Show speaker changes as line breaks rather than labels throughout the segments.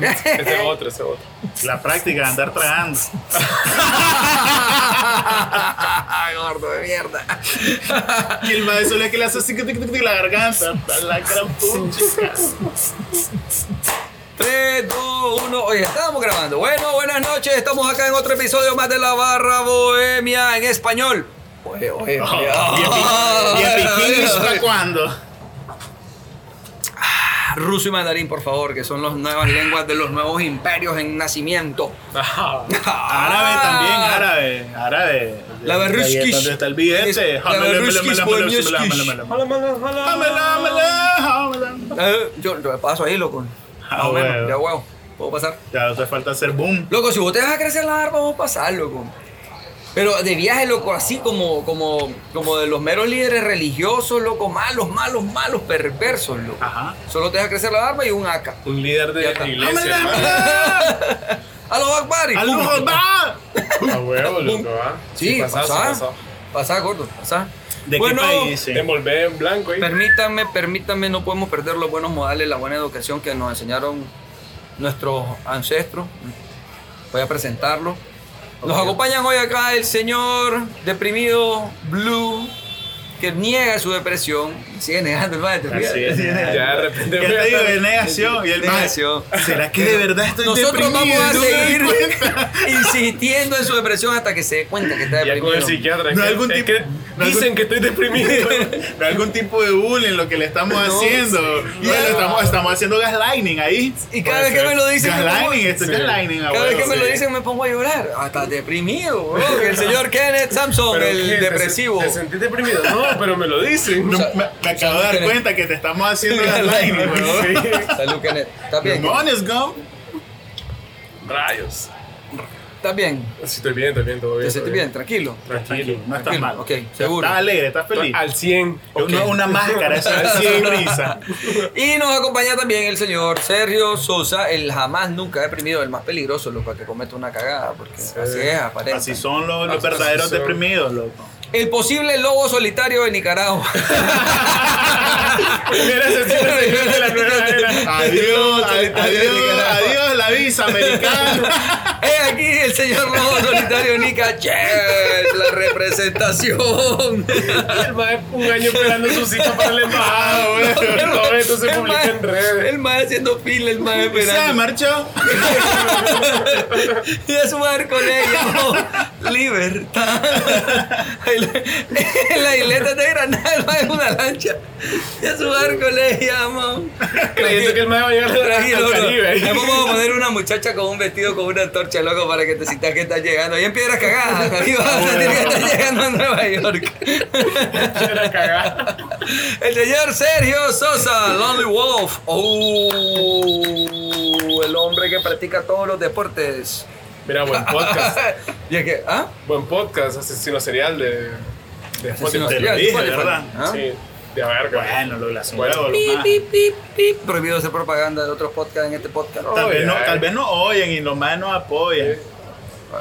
otro, ese otro.
La práctica de andar tragando.
Gordo de mierda.
Que el maestro le que le hace así que tic, tic, tic, la garganta. hasta La gran puchica.
3, 2, 1. Oye, estábamos grabando. Bueno, buenas noches. Estamos acá en otro episodio más de La Barra Bohemia en español. Oye, oye,
Oh,
oye. Ah,
¿Y el pi- y el piquín está cuándo?
Ruso y mandarín, por favor, que son las nuevas lenguas de los nuevos imperios en nacimiento.
Ah,
Árabe también, árabe. Árabe.
La berrushkish.
¿Dónde está el billete?
Es- la berrushkish, bohemioshkish.
mala, mala, mala.
Jámela, jámela, jámela.
Eh, yo, yo paso ahí, loco.
Ah,
Más o menos,
huevo.
ya huevo. Puedo pasar.
Ya te falta hacer boom.
Loco, si vos te dejas crecer las armas, vamos a pasar, loco. Pero de viaje, loco, así como, como, como de los meros líderes religiosos, loco, malos, malos, malos, perversos, loco.
Ajá.
Solo te deja crecer la arma y un AK.
Un líder de
Ya está. Ah,
la
Ámela,
iglesia. hermano.
A los Akbari.
¡Al ojo, va!
A huevo, loco, ¿ah?
Sí,
pasá,
pasá.
sí pasá.
pasá. gordo, pasá.
¿De
bueno,
qué país?
Te envolvé en blanco, ¿eh?
permítanme, permítanme, no podemos perder los buenos modales, la buena educación que nos enseñaron nuestros ancestros. Voy a presentarlo. Nos acompañan hoy acá el señor deprimido Blue, que niega su depresión. Sigue negando el maestro.
Así es.
Ya de repente
Ya
voy a
te digo,
estar-
de negación. Y el
Negación.
maestro, ¿Será que de verdad estoy
Nosotros
deprimido?
vamos a
No me doy
seguir
cuenta.
insistiendo en su depresión hasta que se dé cuenta que está
Ya con el
deprimido.
psiquiatra.
No
que-
hay algún
es
tipo-
que
no hay
Dicen
algún-
que estoy deprimido.
De algún tipo de bullying lo que le estamos haciendo. Y
No.
lo estamos, estamos haciendo gaslighting ahí.
Y cada
Puede
vez que
ser.
me lo dicen, me pongo-
Gaslighting, esto es
Sí.
gaslighting,
Cada vez que me
abuelo.
lo dicen me pongo a llorar. Ah, estás deprimido, bro. El señor Kenneth Sampson,
Pero,
el
¿qué? ¿Te
depresivo.
sen- ¿Te sentís deprimido? No, pero me lo dicen.
No,
sea,
me, me acabo de dar
tiene-
cuenta que te estamos haciendo gaslighting, weón.
Salud, Kenneth. ¿Estás bien?
Demonios, go.
Rayos.
¿Estás bien?
Sí, estoy bien, estoy bien, todo bien.
¿Te
todo
sentís bien? Tranquilo.
Tranquilo.
No estás
Tranquilo,
mal.
ok, seguro.
Estás alegre, estás feliz.
Al 100.
Una, una máscara, eso es así de brisa.
Y nos acompaña también el señor Sergio Sosa, el jamás nunca deprimido, el más peligroso, loco, que comete una cagada, porque así es, aparece.
Así son los, los
Ah,
Así
verdaderos
son.
deprimidos, loco.
El posible lobo solitario de Nicaragua.
Primera sesión de señor de la nueva era.
Adiós, adiós, adiós, la visa americana.
Es aquí el señor lobo solitario Nica. Yes, la representación.
El mae un año esperando su cita para la embajada, güey. Todo esto se
El
publica
mae-
en redes.
El mae haciendo fila, el mae
Se
esperando.
marchó.
Y a su madre con ella. oh, libertad. En la isleta de Granada, el mae en una lancha. Y a su madre con ella, man.
Creyendo que el mae va a llegar
Tranquilo,
al
loco. Ahí
Caribe.
vamos a poner una muchacha con un vestido con una antorcha, loco, para que te sientas que estás llegando. Ahí en Piedras Cagadas, ahí vas
Ah,
a sentir que estás llegando a Nueva York.
Era cagada.
El señor Sergio Sosa, Lonely Wolf. Oh, el hombre que practica todos los deportes.
Mira, buen podcast.
y es que, ¿ah?
Buen podcast, asesino serial de, de
Asesino
Spotify.
serial,
lo dije,
Spotify,
¿verdad?
¿ah?
Sí, de verga.
Bueno, lo de la
Bueno.
huevos, lo
Pip,
más.
pip, pip, pip. Prohibido hacer propaganda de otros podcasts en este podcast.
Tal vez, no,
Oye,
tal vez no oyen y los más no apoyan.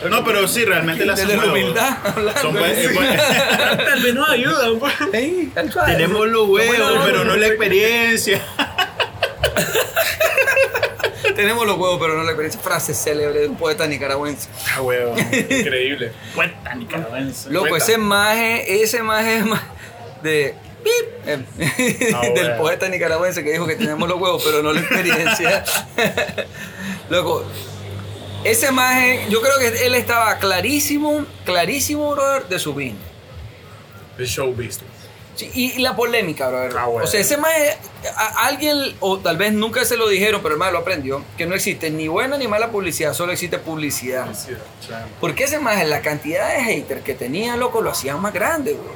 No, pero sí, realmente la
Desde
hacen
la
huevos.
humildad hablando.
Son buen- es buen-
Tal vez no ayudan. pues.
Ey, al suave.
Tenemos los huevos, pero no la experiencia.
Tenemos los huevos, pero no la experiencia. Frase célebre de un poeta nicaragüense.
Ah, huevo.
Increíble.
Cuenta, nicaragüense.
Loco,
Cuenta.
ese maje, ese maje es ma- de. pip, eh,
Ah,
del
bueno.
poeta nicaragüense que dijo que tenemos los huevos, pero no la experiencia. Loco, ese maje, yo creo que él estaba clarísimo, clarísimo, brother, de su vino.
The show business.
Sí, y, y la polémica, brother.
Ah, bueno.
O sea, ese maje, a- alguien, o tal vez nunca se lo dijeron, pero el maje lo aprendió, que no existe ni buena ni mala publicidad, solo existe publicidad.
Sí, claro.
Porque ese más la cantidad de haters que tenía, loco, lo hacían más grande, bro.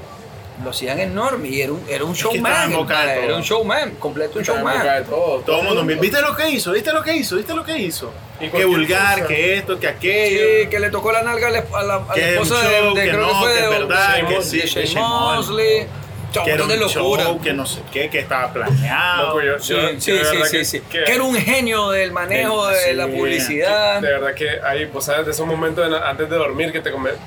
Lo hacían enorme y era un, era un
que estaba
showman.
en boca de
compadre,
todo.
Era un showman, completo un
Claro, me cae
showman.
Todo,
Todo el mundo, ¿viste lo que hizo? ¿Viste lo que hizo? ¿Viste lo que hizo?
Y
Que
cualquier
vulgar,
cosa.
que esto, que
Sí,
aquello.
que le tocó la nalga a la, a la- a la
Que
esposa
un
de,
show,
de-
que
creo que
no,
fue
que
de,
verdad,
de
que
Shane-
sí,
de
que
Shane
Shane
Mosley. Chau,
Que era
montón de
un
locura.
show, que no sé qué, que estaba planeado.
Loco, yo-
Sí,
yo-
sí,
de
sí,
verdad
sí,
que-
sí.
que-
Que era un genio del manejo
Sí,
de la
sí,
publicidad.
De verdad que hay, vos sabes, de esos momentos en- antes de dormir que te come- te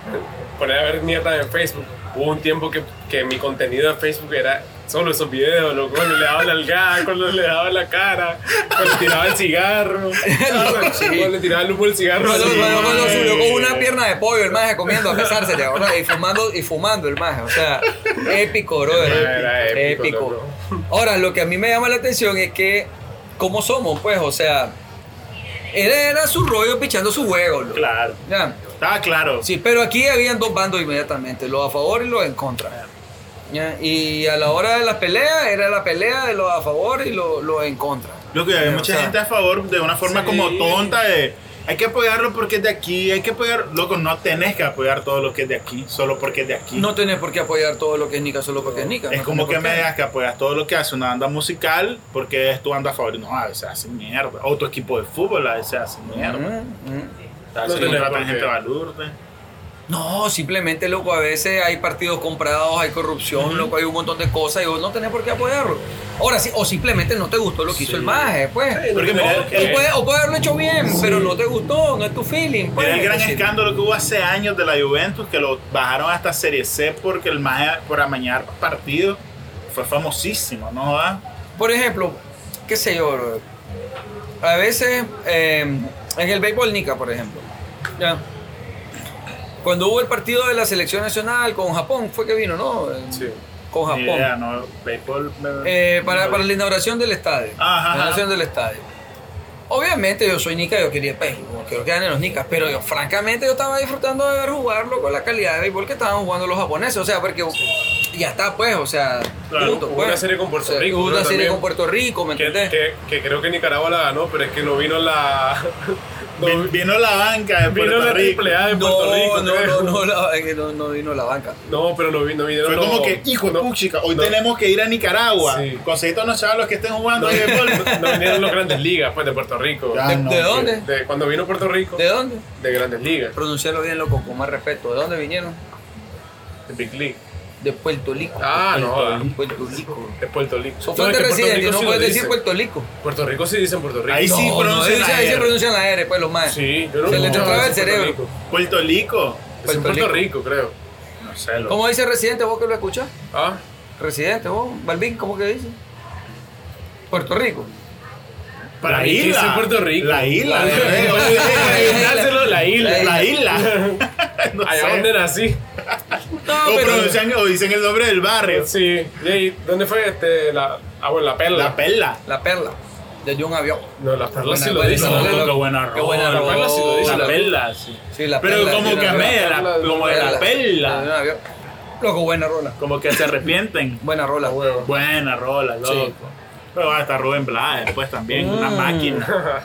pones a ver mierda en Facebook. Hubo un tiempo que, que mi contenido en Facebook era Solo esos videos, loco, cuando le daba el gas, cuando le daba la cara, cuando le tiraba el cigarro, cuando le tiraba el humo del cigarro.
Cuando,
así.
cuando- cuando subió con una pierna de pollo el maje comiendo a pesarse, ¿te acordás? Y fumando, y fumando el maje, o sea, épico, bro.
Era épico,
épico. Ahora, lo que a mí me llama la atención es que, ¿cómo somos? Pues, o sea, él era su rollo pichando su juego, loco.
Claro.
Ya.
Estaba claro.
Sí, pero aquí habían dos bandos inmediatamente, los a favor y los en contra. Ya, Y a la hora de las peleas, era la pelea de los a favor y los, los en contra.
Lo que había
O
mucha
sea,
gente a favor de una forma
sí.
como tonta de hay que apoyarlo porque es de aquí, hay que apoyar, loco, no tenés que apoyar todo lo que es de aquí, solo porque es de aquí.
No tenés por qué apoyar todo lo que es Nica solo porque es Nica.
es
no
como que
tenés por
me
qué.
digas que apoyas todo lo que hace una banda musical porque es tu banda favorita. No, a veces hace mierda. O tu equipo de fútbol a veces hace mierda.
Ujú, ujú.
A veces
No tenés
contratan
por qué.
gente balurde.
No, simplemente, loco, a veces hay partidos comprados, hay corrupción, loco, hay un montón de cosas y vos no tenés por qué apoyarlo. Ahora sí, o simplemente no te gustó lo que hizo el maje, pues.
Sí,
Porque
no,
mira, eh,
no,
el-
O puede, o puede haberlo hecho bien, pero no te gustó, no es tu feeling. pues,
Era el gran
es decir,
escándalo que hubo hace años de la Juventus que lo bajaron hasta Serie C porque el más por amañar partido fue famosísimo, ¿no? ¿Ah? va?
Por ejemplo, qué sé yo, bro, a veces eh, en el béisbol Nica, por ejemplo, ya. cuando hubo el partido de la selección nacional con Japón, fue que vino, ¿no? Eh,
Sí.
Con Japón.
Ni idea, no, béisbol, me-
Eh, para,
no-
para la inauguración del estadio.
Ajá,
la
ajá.
inauguración del estadio. Obviamente yo soy nica, yo quería pues, yo quiero que ganen los nicas, pero yo francamente yo estaba disfrutando de ver jugarlo con la calidad de béisbol que estaban jugando los japoneses, o sea, porque ya está pues, o sea,
Claro,
punto,
hubo
pues.
una serie con Puerto
O sea,
Rico,
hubo
¿no?
una serie
También.
con Puerto Rico, ¿me
Que,
entendés?
que- que creo que Nicaragua la ganó, pero es que no vino la. no
Vi- vino la banca de
vino
Puerto
la
Rico.
triple A de
No,
Puerto Rico.
no, no,
creo.
no, la- es que no, no vino la banca.
No, pero no, vi- no vinieron
Fue
los-
como que, hijo de
no,
puchica, hoy
no,
tenemos que ir a Nicaragua.
Sí.
Conseguí todos los chavos que estén jugando
No,
ahí de béisbol.
no vinieron los grandes ligas, pues de Puerto Rico.
Ya. Ah,
¿De,
no,
de
que-
dónde?
De, cuando vino Puerto Rico,
¿De dónde?
de grandes ligas,
Pronunciarlo bien, loco, con más respeto. ¿De dónde vinieron?
de Big League.
De Puerto Rico.
Ah, no, joda.
Puerto Rico.
de Puerto Rico.
Son
No,
fuentes
es que Puerto
residentes,
Rico
no
sí
puedes
lo
decir
dicen.
Puerto Rico.
Puerto Rico sí dicen Puerto Rico.
Ahí sí
no, no,
pronuncian
ahí, se-
la
ahí se
R.
pronuncian la R, pues los más.
Sí, yo no
Se le
no,
traba el
es en Puerto
cerebro.
Rico.
Puerto Rico.
Es en
Puerto
Puerto Rico, creo.
No sé, loco.
¿Cómo dice residente vos que lo escuchás?
Ah,
Residente vos, Balvin, ¿cómo que dice? Puerto Rico.
Para
La isla
isla.
es Puerto Rico.
La isla.
La isla.
Para inventárselo, la
La
isla. La isla. No
allá donde nací.
No,
O pronuncian o dicen el nombre del barrio.
Sí. ¿Y ahí, dónde fue? Este, la, ah, bueno, la perla.
La perla.
La perla, desde un avión.
No, la perla
Buena,
sí lo
buena,
dice.
buena.
¿no?
Loco,
loco,
qué buena
qué buena
rola.
rola.
La perla sí lo dice.
La
La perla, sí.
Sí, la
Pero
perla,
como
de
que a
una
media,
perla,
la-
de
como
una
de la
Desde un
perla.
avión. Loco, buena rola.
Como que se arrepienten.
Buena rola.
A huevo.
Buena rola, loco.
Sí.
Pero va a estar Rubén Blades después también, una máquina.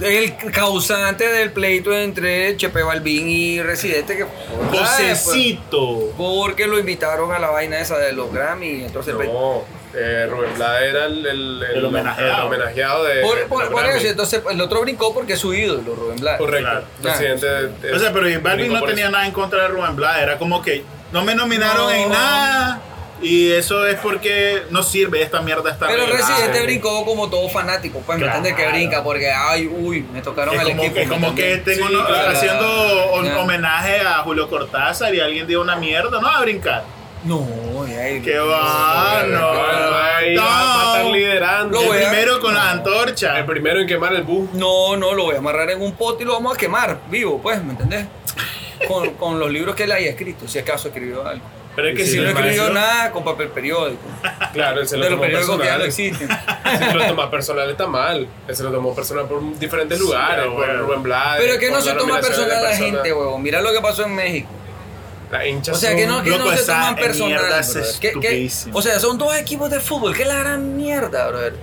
El causante del pleito entre Chepe Balvin y Residente que
Ah, pues.
pues. Josecito.
porque lo invitaron a la vaina esa de los Grammy, entonces pues,
No, eh, Rubén Blades era el, el,
El homenajeado.
el homenajeado
Eh,
de.
por,
de
por-
los
por
Grammy.
eso, entonces el otro brincó porque es su ídolo, Rubén Blas.
Correcto.
Claro.
Presidente. de-
O sea, pero J Balvin
Rico
no
por
tenía
eso.
nada en contra de Rubén Blades, era como que no me nominaron
No.
en nada y eso es porque no sirve esta mierda está
Pero este
arreglada.
Residente
sí.
brincó como todo fanático, pues
Claro.
me entiendes que brinca porque, ay, uy, me tocaron
Es
el
como,
equipo.
que, como que tengo
Sí,
uno-
claro.
haciendo un
Ya.
homenaje a Julio Cortázar y alguien dio una mierda, no a brincar.
No, ay,
Que va,
Rubén
no.
Blades
no.
va a estar liderando.
Lo
El
voy a-
primero con la
El
antorcha.
primero en quemar el bus.
No, no, lo voy a amarrar en un pote y lo vamos a quemar vivo, pues, ¿me entendés? Con, con los libros que él haya escrito, si acaso escribió algo.
Pero es que
Sí,
si
Si no
lo
escribió
escribió
nada, con papel periódico.
Claro, él se lo
De los
tomó
periódicos que ya no
personal. Si
existen.
se lo toma personal está mal. Él se lo tomó personal por diferentes lugares.
pero
por
bueno.
Rubén Blades.
Pero que no
por
se
la
toma
nominación de
personal la
persona.
gente, huevón. Mira lo que pasó en México.
La hincha
O sea, que no,
son-
que
Loco,
no se
esa
toman personal.
mierda es
brother. Que- que-
estupidísima.
o sea, son dos equipos de fútbol. ¿Qué es la gran mierda, brother?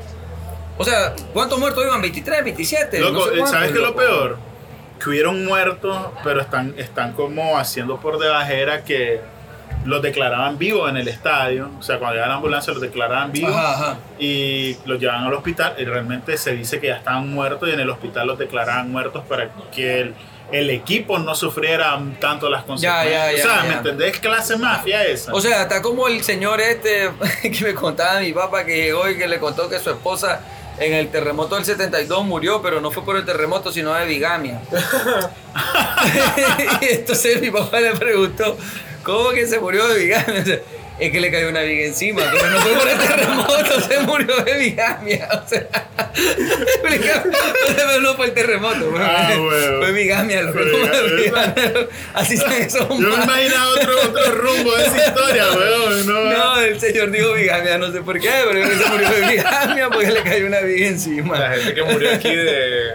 O sea, ¿cuántos muertos iban? ¿23, 27? Este, No
Loco, eh,
sé cuántos,
¿sabes qué es lo
loco.
peor? Que hubieron muertos, pero están, están como haciendo por debajera que los declaraban vivos en el estadio. O sea, cuando llegaba la ambulancia los declaraban vivos
Ajá, ajá.
y los llevaban al hospital. Y realmente se dice que ya estaban muertos y en el hospital los declaraban muertos para que el, el equipo no sufriera tanto las consecuencias.
ya,
o sea,
ya,
¿me
ya.
entendés? Clase mafia esa.
O sea, está como el señor este que me contaba mi papá que llegó y que le contó que su esposa en el terremoto del 72 murió, pero no fue por el terremoto, sino de bigamia. Y Entonces mi papá le preguntó, ¿cómo que se murió de bigamia? es que le cayó una viga encima, pero no fue por el terremoto, se murió de bigamia. O sea, explícame, pero no fue el terremoto, weón.
Ah, weón.
fue bigamia, lo que
Fue bigamia.
Así son esos
Yo me
humanos.
imaginaba otro, otro rumbo de esa historia, weón. No,
No, el señor dijo bigamia, no sé por qué, pero él se murió de bigamia porque le cayó una viga
La
encima.
gente que murió aquí de.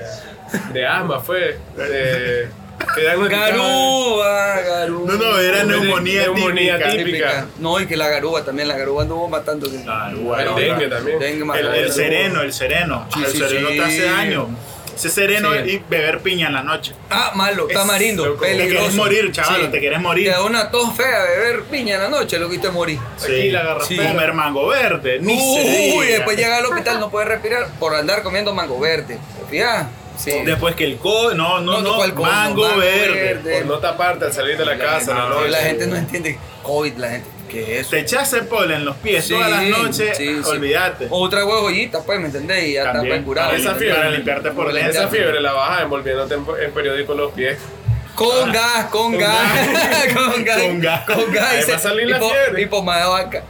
de asma fue. De. Que diagnosticaron-
Garuba, garuba.
no, no, era neumonía,
Neumonía
típica.
típica.
No, y que la garuba también, la garuba anduvo matándose.
Ah,
El
bueno.
dengue también.
Dengue
El,
mató.
el sereno, el sereno.
Sí,
el
sí,
sereno
sí.
te hace daño. Ese sereno
Sí.
y beber piña en la noche.
Ah, malo,
Es-
tamarindo,
loco, te
peligroso.
querés morir, chaval, te querés morir.
Te da una tos fea beber piña en la noche, lo que te morí.
Aquí la
Sí.
garrapera.
Comer mango verde. Ni se diga.
Uy, después llega al hospital, no puedes respirar por andar comiendo mango verde. ¿Ya? Sí.
Después que el co. No,
No,
no, no.
¿cuál co?
mango,
Mango
verde.
verde.
Por no taparte al salir de la casa, en la
gente,
noche.
la gente no entiende COVID, la gente. ¿Qué es eso?
Te echaste polen en los pies
Sí,
todas las noches.
sí, sí.
olvídate.
O otra huevollita, pues, ¿me entendés? Y ya está
También,
pues curado.
para esa fiebre,
Para
limpiarte por
limpiar.
Esa fiebre la baja envolviéndote en, en periódico los pies.
Con gas, con gas, con gas,
Con gas.
con gas.
Ahí
y
va
se-
a salir la
y po-
fiebre.
Y pomada de vaca.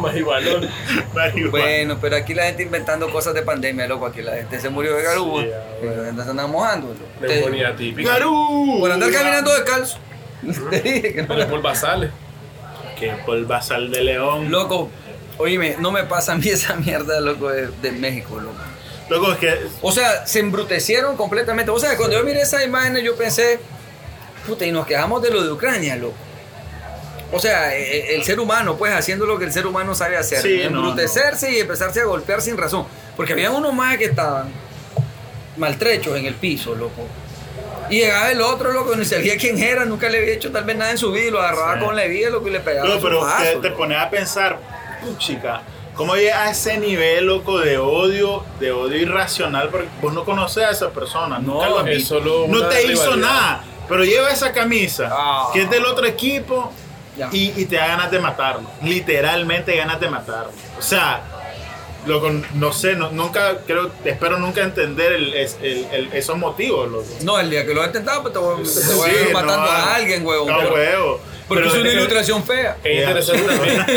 Más igual.
Marihuana.
Bueno, pero aquí la gente inventando cosas de pandemia, loco. Aquí la gente se murió de garuba.
Sí,
y
ya,
la gente se anda mojando. loco. Te-
Neumonía típica.
Garú.
Por andar caminando descalzo. Te dije que no.
Los pulvasales.
Que polvazal de león.
Loco, oíme, no me pasa a mí esa mierda, loco, de, de México, loco.
Loco, es que
O sea, se embrutecieron completamente. O sea, cuando yo miré esas imágenes, yo pensé, puta, y nos quejamos de lo de Ucrania, loco. O sea, e- e- el, ser humano, pues, haciendo lo que el ser humano sabe hacer.
Sí, no,
embrutecerse y empezarse a golpear sin razón. Porque había unos más que estaban maltrechos en el piso, loco. Y llegaba el otro, loco, ni sabía quién era, nunca le había hecho tal vez nada en su vida, y lo agarraba
Sí.
con la vida, loco, y le pegaba.
No,
su
pero
fajazo,
te, te
loco.
pones a pensar, chica, ¿cómo llega a ese nivel, loco, de odio, de odio irracional? Porque vos no conoces a esa persona,
No,
nunca lo has
es
visto.
solo
no
una
te hizo
rivalidad.
nada, pero lleva esa camisa,
Ah.
que es del otro equipo,
Ya.
y, y te da ganas de matarlo. Literalmente ganas de matarlo. O sea, loco, no sé, no- nunca, creo, espero nunca entender el- es- el- el- esos motivos, loco.
No, el día que lo he intentado, pues te voy, te voy a
Sí,
ir matando
no,
a alguien, huevón.
No,
pero-
huevo.
Porque
Pero
es una
creo-
ilustración fea.
Es
Ya.
interesante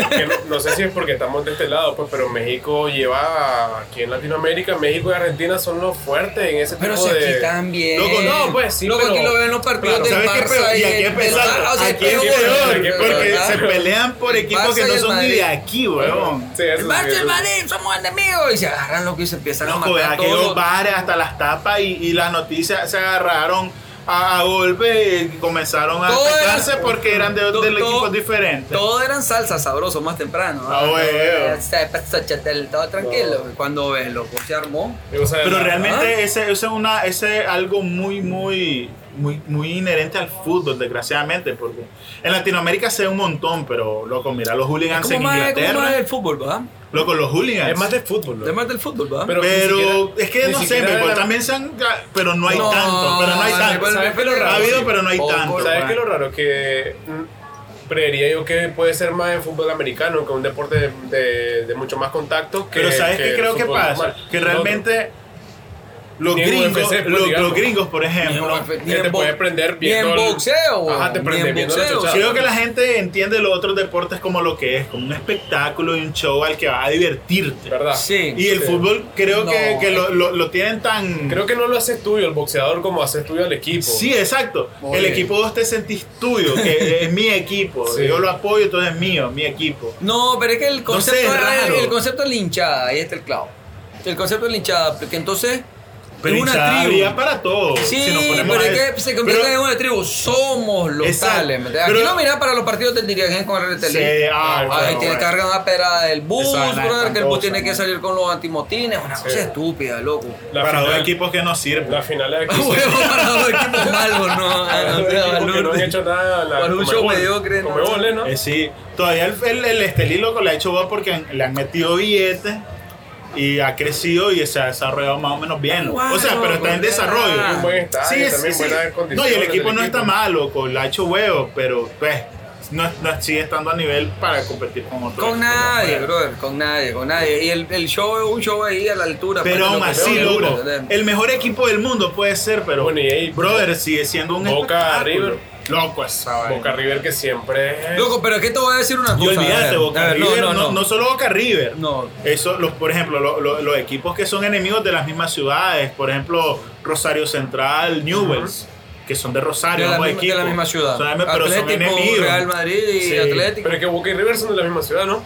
también, que no, no sé si es porque estamos de este lado, pues, pero México lleva aquí en Latinoamérica, México y Argentina son los fuertes en ese
Pero
tipo
si
de.
aquí también.
Loco,
no, pues, sí,
Loco,
pero-
aquí lo ven los partidos
Claro.
del
¿Sabes qué es
Barça
peor? Y aquí
del-
es pesado.
del- o sea,
Aquí es
peor,
peor.
¿verdad?
Porque se
Claro.
pelean por
El
equipos que
Barça y
no
el
son ni
Madrid.
de aquí,
Bueno,
weón.
sí, eso
El
sí,
Barça y
eso
el
sí.
Madrid somos enemigos. Y se agarran lo que se empiezan a
Loco,
matar. todos
aquellos
los-
bares hasta las tapas y, y las noticias se agarraron a, a golpe y comenzaron a
Todo era-
atacarse porque eran de,
to-
del
to-
equipos diferentes.
Todo eran salsa sabroso más temprano.
Ah, bueno.
O sea, pasa, chatel, Todo tranquilo. Cuando ves, loco, se armó.
Y, o sea,
Pero
la-
realmente ese, ese es una, ese es algo muy, muy, muy, muy inherente al fútbol, desgraciadamente, porque en Latinoamérica se ve un montón, pero loco, mira los hooligans
¿Cómo
en
más, ¿Cómo más
Inglaterra.
del fútbol, ¿verdad?
Loco, los hooligans.
es más de fútbol. ¿no?
Es más del fútbol, ¿verdad?
Pero-
Pero,
ni siquiera-
es que
ni
no sé,
siquiera
pero
era-
también se han. Pero no hay
No,
tanto, pero no hay
no,
tanto.
pero- pero
ha
raro,
habido,
sí.
pero no hay
Poco,
tanto.
¿Sabes
man.
qué es lo raro? Que mm, creería yo que puede ser más en fútbol americano, que un deporte de, de- de mucho más contacto. Que,
pero ¿sabes
que
qué creo que
fútbol
pasa?
normal.
Que
No,
realmente. Los
Ni en
gringos,
UFC, pues,
los,
digamos.
los gringos, por ejemplo,
que te puede prender viendo
Bien
el-
boxeo.
Ajá, te
ni
prende
en
viendo la
boxeo.
chochada.
creo que la gente entiende los otros deportes como lo que es, como un espectáculo y un show al que vas a divertirte.
¿Verdad?
Sí.
Y el
Sí.
fútbol creo
No,
que, que lo,
es-
lo- lo tienen tan...
Creo que no lo haces tuyo el boxeador como haces tuyo al equipo.
Sí, exacto.
Muy
el
bien.
equipo vos te sentís tuyo, que es mi equipo.
Sí.
Yo lo apoyo, entonces es mío, mi equipo.
No, pero es que el concepto,
sé, es
era-
raro.
el concepto de la hinchada, ahí está el clavo. El concepto de la hinchada, porque entonces
Pero
es una
hinchada
tribu.
había para todo.
Sí,
si nos ponemos
pero
a
es
ver.
que se convierte
Pero-
en una tribu. Somos los
Exacto,
tales. ¿me entiendes? Aquí
pero-
no mirá para los partidos del dirigente con el RTL.
Sí, ah,
Ah,
bueno,
ahí tiene
bueno.
que cargar una pera del bus,
Esa
brother,
vaina
que el bus
espantosa,
tiene que
¿no?
salir con los antimotines. Una cosa estúpida, loco.
La
para
final-
dos equipos que no sirven. Eh,
La final es aquí.
Huevo para los equipos malos, no. Ah,
Para
no,
dos
sea
equipos que no han
balurdo.
hecho nada. La,
Para un show
Conmebol.
mediocre, no.
Conmebol, ¿no?
Eh, sí, todavía el, el, el Estelí loco le ha hecho boda porque han- le han metido billetes y ha crecido y se ha desarrollado más o menos bien. loco. o sea,
Guau,
pero está en
ya.
desarrollo.
Un
buen estadio, también
No,
buenas
y
condiciones
el
del
equipo no
equipo.
está mal, loco, le ha hecho huevo, pero pues no, no sigue estando a nivel para competir con otros.
Con nadie,
equipos
brother, con nadie, con nadie. Y el, el show es un show ahí a la altura. pues,
Pero
de lo
aún
que
así,
veo,
loco,
¿entendés?
el mejor equipo del mundo puede ser, pero
Bueno, y ahí-
brother sigue siendo un
Boca
espectáculo.
River.
Loco esa vaina.
Boca River que siempre es.
Loco, pero es que te voy a decir una
Y
cosa. a
olvídate,
ver, a
Boca
ver,
River, no, no solo Boca River.
No.
Eso, los, por ejemplo, lo- lo- los equipos que son enemigos de las mismas ciudades, por ejemplo, Rosario Central, Newells, que son de Rosario,
de, la
ambos
misma, de la
equipos.
misma ciudad.
Son enem- pero son
Atlético,
enemigos.
Real Madrid y
Sí,
Atlético.
Pero que Boca y River son de la misma ciudad, ¿no?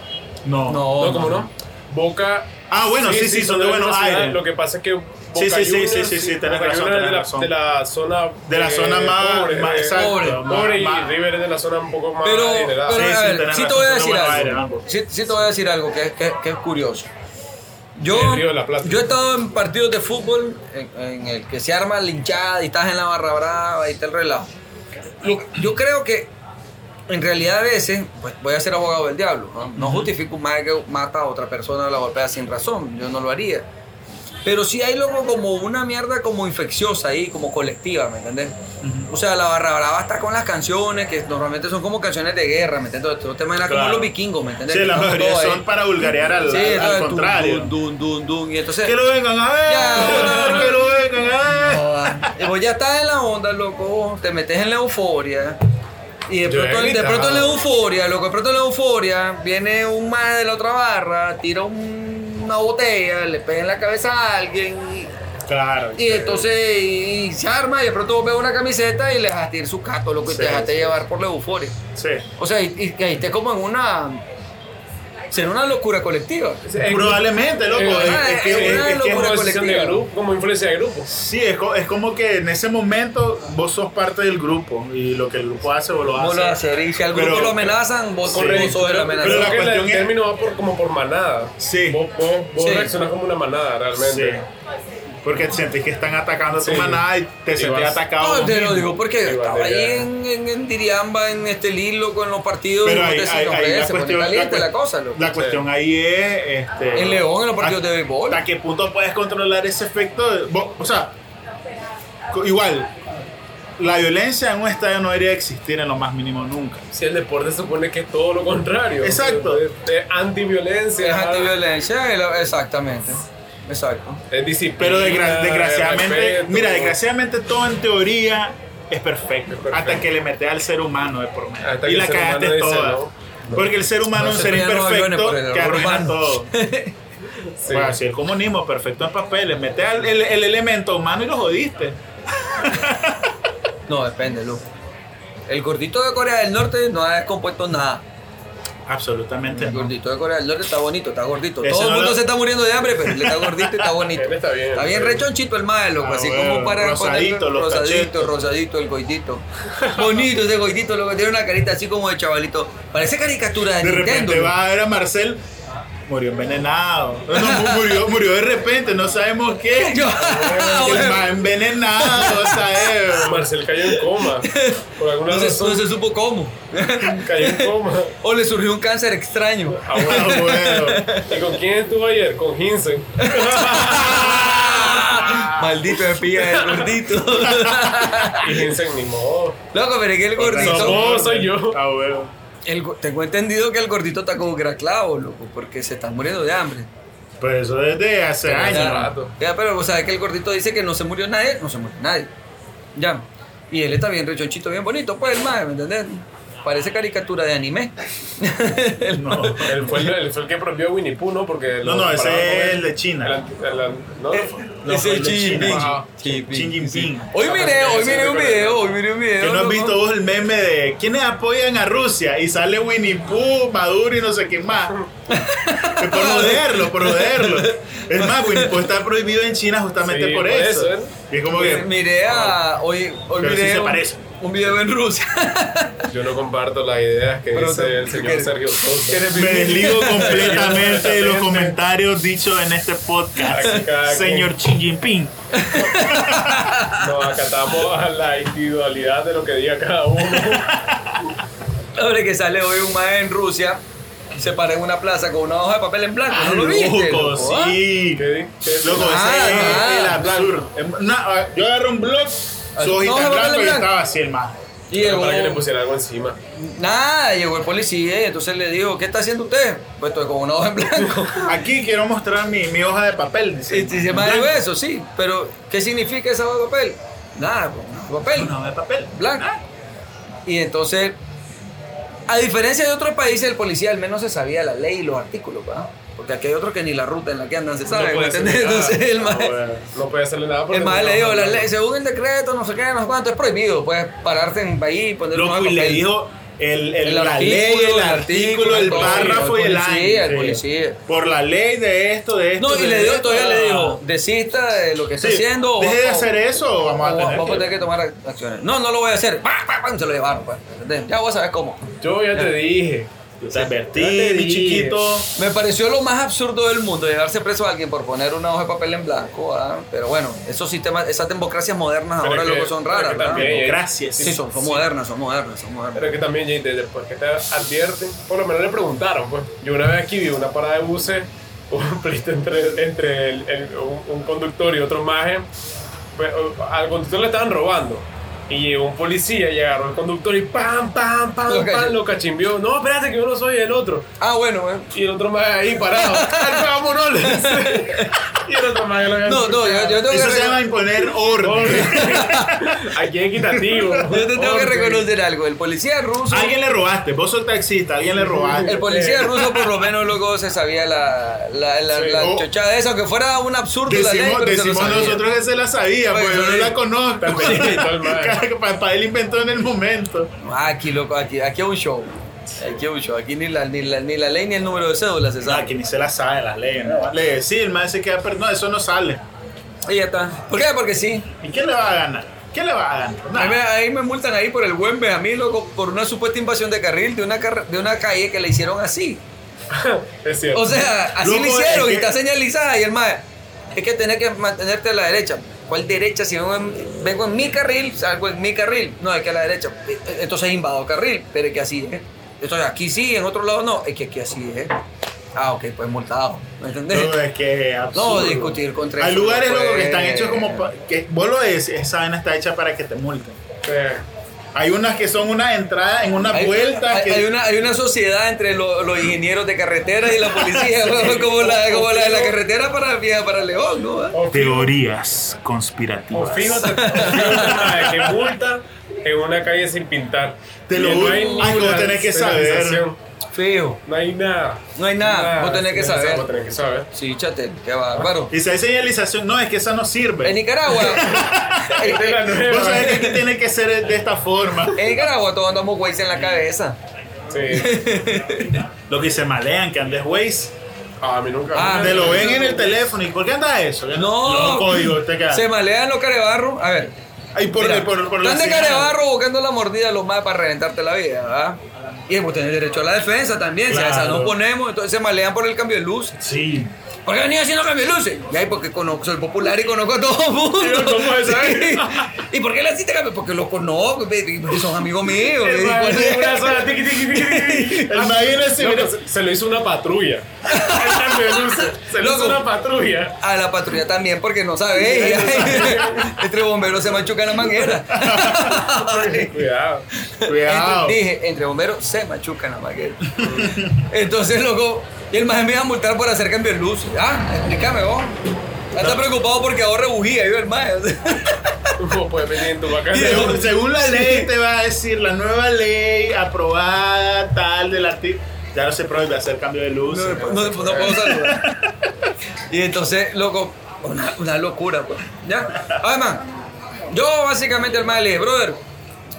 No.
No.
no, ¿cómo no? Boca.
Ah, bueno, sí, sí, son de
la misma
Buenos
ciudad.
Aires.
Lo que pasa es que. Boca
Sí, sí, sí,
Juniors
sí, sí, sí,
y
tenés
Boca
razón,
Juniors es de
tenés
la-
razón.
De la zona.
De la
eh,
zona más,
pobre,
más
eh,
exacto,
pobre,
más-
Pobre y
más-
River es de la zona un poco más.
Pero,
adinerada.
pero,
Sí,
a
sí,
ver,
tenés
sí te
razón,
voy a
son de
decir
Buenos Aires,
algo.
ambos.
Sí, sí te voy a decir algo que, que- que es curioso. Yo,
El Río de la Plata.
yo he estado en partidos de fútbol en, en el que se arma la hinchada y estás en la barra brava y está el relajo. Lo- yo creo que en realidad a veces, pues, voy a ser abogado del diablo, no, No justifico un mae que mata a otra persona o la golpea sin razón, yo no lo haría. Pero sí hay luego como una mierda como infecciosa ahí, como colectiva, ¿me entendés? O sea, la barra brava está con las canciones, que normalmente son como canciones de guerra, ¿me entendés? Todo el tema de la como
Claro.
los vikingos, ¿me entendés?
Sí,
Que
la
estaban
mayoría
todos ahí.
son para vulgarear al,
Sí,
al
entonces, dun,
contrario.
Dun, dun, dun, dun, y entonces...
Que lo vengan a ver,
Ya, bueno,
que lo vengan a ver.
Joda. Y vos ya estás en la onda, loco. Te metes en la euforia. Y de
Yo he
pronto, de
gritado.
pronto en la euforia, loco, de pronto en la euforia, viene un más de la otra barra, tira un- una botella, le pega en la cabeza a alguien.
Claro.
Y, y entonces y- y se arma y de pronto vos ves una camiseta y le dejaste ir su cato, loco, y te
Sí,
dejaste
sí.
llevar por la euforia.
Sí.
O sea, y, y caíste como en una... Será una locura colectiva.
Es-
Probablemente, loco.
Eh,
es- es que-
eh,
es-
una
es que es
como
locura
decisión de
colectiva.
grupo, como influencia de grupo.
Sí, es, co- es como que en ese momento vos sos parte del grupo y lo que el grupo hace vos lo haces.
Vos lo haces, y si al grupo
Ah, Pero-
lo amenazan, vos,
Sí.
vos sos el
Pero,
amenazado.
creo
la
que la-
cuestión
el
es-
término va por, como por manada.
Sí.
Vos, vos, vos
Sí.
reaccionás como una manada
Sí.
realmente.
Porque sentís que están atacando a tu
Sí.
manada y
Y
te sentís
vas-
atacado.
No,
vos
te lo
mismo.
digo porque
Igual
estaba
de
ahí
allá.
en, en, en Diriamba, en este Lilo, con los partidos.
Pero
y
ahí,
no te
ahí-
siento,
ahí
hombre,
la
se pone
cuestión,
caliente
la
la,
cu-
cosa, loco.
la cuestión ahí es. Este,
En León, en los partidos
a-
de béisbol.
¿Hasta qué punto puedes controlar ese efecto? de- vos- o sea, co- igual, la violencia en un estadio no debería existir en lo más mínimo nunca.
Si el deporte supone que es todo lo contrario.
Exacto.
Es, es antiviolencia.
Es antiviolencia, es la- exactamente. Exacto.
Es disciplina.
Pero desgra-
es
desgraciadamente,
respeto.
mira, desgraciadamente todo en teoría es perfecto,
Es perfecto.
hasta que le metes al ser humano de por medio.
Hasta que
y
el
la
ser humano
cagaste
dice
toda.
no. No.
Porque el ser humano
No
es un
se
ser
rían los aviones
imperfecto
por el
que arruina
romano.
todo.
Sí.
Bueno, así el comunismo, perfecto en papeles, metes al- el, el elemento humano y lo jodiste.
No, depende, Lu. El gordito de Corea del Norte no ha descompuesto nada.
Absolutamente.
El
no.
gordito de Corea del Norte está bonito, está gordito.
Ese
Todo el
no
mundo
lo-
se está muriendo de hambre, pero él está gordito y está bonito.
Él está bien,
Está bien
sí.
rechonchito el mae, loco.
Ah,
así
bueno,
como para
rosadito,
ponerle-
los
rosadito,
cachetes.
rosadito el goitito. Bonito ese goitito, loco. Tiene una carita así como de chavalito. Parece caricatura de,
De
Nintendo.
repente
loco.
va a ver a Marcel, murió envenenado. No, no, murió, murió de repente, no sabemos qué.
Yo- ah,
El más envenenado, o sea, eh.
Marcel cayó en coma. Por alguna
no, se, no
razón
se supo cómo.
cayó en coma.
o le surgió un cáncer extraño.
Ah, bueno.
Ah, bueno.
¿Y con quién estuvo ayer? Con Hinsen.
Maldito de pilla el gordito.
Y Hinsen ni modo.
loco, pero es que el gordito.
Somos, soy yo.
Ah, bueno.
el go- tengo entendido que el gordito está como graclavo, loco, porque se está muriendo de hambre.
Pero eso desde hace
Pero
años.
hace
Ya,
rato.
ya, pero vos sabés que el gordito dice que no se murió nadie, no se murió nadie. Ya. Y él está bien rechonchito, bien bonito, pues el mae, ¿me entendés? Parece caricatura de anime. El
No.
mae.
Él fue, el, él fue el que prohibió Winnie Pooh, ¿no? Porque
No,
lo
no, ese
comparaban con
es
él.
el de China. Eh,
El anti- el an- no, no fue.
No,
Ese
fue el de
Xi
China.
Jinping.
Ajá.
Xi Jinping.
Xi Jinping.
Hoy miré, hoy miré un video, hoy miré un video.
Que no has
loco.
visto vos el meme de quiénes apoyan a Rusia y sale Winnie Pooh, Maduro y no sé qué más. Que por joderlo, por joderlo. Es más, Winnie Pooh está prohibido en China justamente
Sí,
por
por
eso.
eso, ¿eh?
Y es como que.
Miré a. Hoy, hoy
Pero sí
miré
se
un-
parece.
un video en Rusia.
Yo no comparto las ideas que
Pero
dice
te-
el señor
que-
Sergio Sosa.
que-
Me desligo completamente de los comentarios dichos en este podcast,
Cada quien.
señor Xi Jinping.
Nos acatamos a la individualidad de lo que diga cada uno.
Hombre, que sale hoy un mae en Rusia. Se para en una plaza con una hoja de papel en blanco.
Ah,
¿No lo viste?
loco,
loco, ah?
sí.
¿Qué- qué-
Loco,
Ah,
ese es
ah.
el absurdo. Em, na- ah, yo agarro un blog, su
no,
hojita en
no, no,
blanco
no,
y
no.
estaba así el más.
Y llegó-
Para que le pusiera algo encima.
Nada, ¿ah? llegó el policía y entonces le dijo, ¿qué está haciendo usted? Pues estoy con una hoja en blanco.
Aquí quiero mostrar mi, mi hoja de papel.
Y
Dice.
y se pues. me dijo eso, sí. Pero, ¿qué significa esa hoja de papel? Nada, pues, una hoja de papel.
Una hoja de papel.
Blanca. Y entonces, a diferencia de otros países, el policía al menos se sabía la ley y los artículos, ¿verdad? Porque aquí hay otros que ni la ruta en la que andan se sabe, ¿me
puede hacerle
entiendes? Entonces, el
nada.
más...
Ah, bueno, No puede hacerle nada porque
El más
tenía
le dijo,
hoja
la
en
ley,
blanco.
según el decreto, no sé qué, no sé cuánto, es prohibido, puedes pararte en ahí y poner una hoja
Loco,
de
y le
papel.
dijo el, el-
El
la
artículo,
ley, el
el
artículo,
artículo,
el
todo,
párrafo
el
y el
policía,
año.
el
sí.
policía.
Por la ley de esto, de esto.
No, y
de
le dijo,
esto. ah.
todavía le dijo, desista de lo que está
Sí,
haciendo. o
Deje de
va-
hacer eso o
o
vamos a
va-
tener.
vamos a
que-
tener que tomar acciones. No, no lo voy a hacer. ¡Pam, pam, pam! Se lo llevaron, pues. ¿entendés? Ya voy a saber cómo.
Yo ya te dije. Yo
Te advertí,
ya te
mi
dije.
chiquito.
Me pareció lo más absurdo del mundo llevarse preso a alguien por poner una hoja de papel en blanco, ¿ah? pero bueno, esos sistemas, esas democracias modernas
Pero
ahora
es
luego
que-
son
pero es
raras,
que
¿verdad?
también-
Gracias.
Sí, son, son modernas, son modernas, son modernas.
Pero que también, Jay, desde porque te advierten, por lo menos le preguntaron, pues. Yo una vez aquí vi una parada de buses, un pleito entre, entre el- el- un, un conductor y otro maje. Pues, o- al conductor le estaban robando. Y llegó un policía y agarró al conductor y pam, pam, pam,
Lo
pam,
cachó.
lo cachimbió. No, espérate que yo no soy el otro.
Ah, bueno, eh.
Y el otro maje ahí parado. "Ay, vámonos", le dice. y el otro maje lo había
No, no, yo, yo tengo que
Eso se
reconocer-
llama imponer orden.
Aquí es equitativo.
Yo te tengo que
Orden.
reconocer algo. El policía ruso.
Alguien le robaste, vos sos taxista, alguien le robaste.
El policía ruso por lo menos luego se sabía la, la, la,
Sí,
la
o-
chochada esa, aunque fuera un absurdo la ley, pero
Oh. Decimos,
se lo
decimos
sabía.
nosotros que se la sabía,
Oye,
pues yo no
oye.
la pues. conozco.
Está pendejo, el man.
Para, él inventó en el momento.
Ah, Aquí, loco, aquí, aquí es un show. Aquí es un show. Aquí ni la, ni la, ni la ley ni el número de cédula se
No,
sabe.
Ah, que ni se la sabe las leyes. ¿no? Le decía, el man se queda, pero no, eso no sale.
Ahí ya está. ¿Por qué? Porque sí.
¿Y quién le va a ganar? ¿Quién le va a ganar?
Ahí me,
Nada.
ahí me multan ahí por el buen Benjamín, loco, por una supuesta invasión de carril de una, carre- de una calle que le hicieron así.
Es cierto.
O sea, así
Loco,
lo hicieron y
es que-
está señalizada y el mae, es que tenés que mantenerte a la derecha. ¿Cuál derecha? Si vengo en, vengo en mi carril, salgo en mi carril. No, es que a la derecha. eh, Entonces invado carril, pero es que así es. Entonces aquí sí, en otro lado no. Es que aquí así es. Ah, ok, pues multado. ¿Me entendés?
No, es que es absurdo.
No, discutir contra
Hay
eso,
lugares
pues.
loco, que están hechos como. pa- que vos lo decís, esa vaina está hecha para que te multen.
Eh,
Hay unas que son una entrada en una
Hay-
vuelta.
hay,
que...
hay una, hay una sociedad entre lo- los ingenieros de carretera y la policía, weón, como, la, como la de la carretera para, para León, ¿no?
Oh,
o fijo-
Teorías
o
conspirativas.
fijo te- o fijo te trae que multa en una calle sin pintar.
Te lo
Y
juro. Ay, vos tenés que saber.
penalización.
Feo.
No hay nada.
No hay nada. Vos tenés que saber.
Vos tenés que saber.
Sí, chate, qué bárbaro.
Y si hay señalización, no, es que esa no sirve.
En Nicaragua. en,
Esta es la
en-
nueva.
Vos sabés que aquí tiene que ser de esta forma.
en Nicaragua todos andamos güeyes en la cabeza.
Sí.
Lo que se malean, que andes Waze.
Ah, a mí nunca.
Ah,
Te lo ven en el teléfono. ¿Y por qué anda eso?
No.
Loco, digo, te quedas.
Se malean los carebarros. A ver.
Ay, por,
mira,
por, por la
están de
señal.
carebarro buscando la mordida a los más para reventarte la vida, ¿verdad? Y vos tenés derecho a la defensa también. Si a esa
Claro.
no ponemos, entonces se malean por el cambio de luz.
Sí.
¿Por qué venía haciendo cambio de luces? Y ahí porque conozco, soy popular y conozco a todo el mundo.
Yo, ¿cómo es eso?
¿Y por qué le hiciste cambio? Porque lo conozco, baby, porque son amigos míos. baby.
El man, una sola, tiqui, tiqui, tiqui, tiqui.
El man viene así,
Loco,
mira.
se- Se lo hizo una patrulla. El cambio de luces. Se lo hizo
Loco.
una patrulla.
A la patrulla también, porque no sabéis. Entre bomberos se machuca la manguera.
Cuidado.
Cuidado.
Entre- dije, entre bomberos se machuca la manguera. Entonces, loco, y el más me iba a multar por hacer cambio de luz. Ah, explícame vos. Ya está preocupado porque ahorre bujía, yo el más.
Vos puedes venir en tu vacaciones.
Según, según la ley te va a decir la nueva ley aprobada tal del artículo. Ya no se prohíbe hacer cambio de luz.
No, no, no puedo saludar. Y entonces, loco, una, una locura, pues. ¿Ya? Además, yo básicamente, hermano, le dije, brother,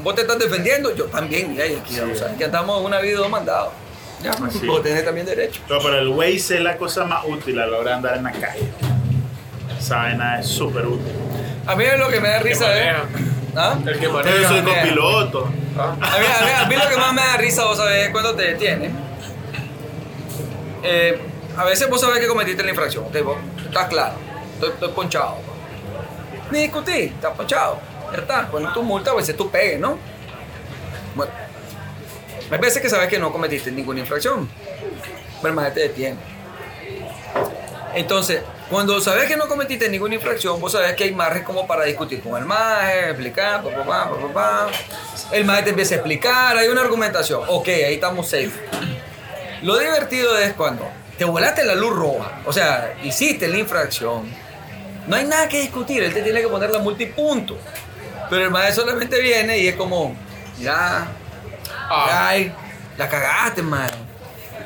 vos te estás defendiendo, yo también, y ahí aquí, o sea, que andamos en una vida y dos mandados. Ya,
Ah,
Así.
vos tenés también derecho.
No, pero el Waze es la cosa más útil a la hora de andar en la calle. Esa vaina es súper útil.
A mí es lo que me da risa, ¿eh?
maneja.
¿Ah?
El que
Yo
maneja.
soy
mira.
copiloto.
Ah,
A mí, a mí- a mí lo que más me da risa, vos sabés, es cuando te detienen. Eh, a veces vos sabés que cometiste la infracción, ok, vos estás claro, estoy, estoy ponchado. Ni discutí, estás ponchado. Ya está, bueno, tu multa, a veces tú pegues, ¿no? Bueno, hay veces que sabes que no cometiste ninguna infracción, pero más te detiene. Entonces, cuando sabes que no cometiste ninguna infracción, vos sabés que hay margen como para discutir con el maje, explicar, pa, pa, pa, pa, pa, pa. El maestro te empieza a explicar, hay una argumentación. Ok, ahí estamos safe. Lo divertido es cuando te volaste la luz roja, o sea, hiciste la infracción. No hay nada que discutir, él te tiene que poner la multipunto. Pero el maestro solamente viene y es como, ya,
Ah,
ay, la cagaste, man.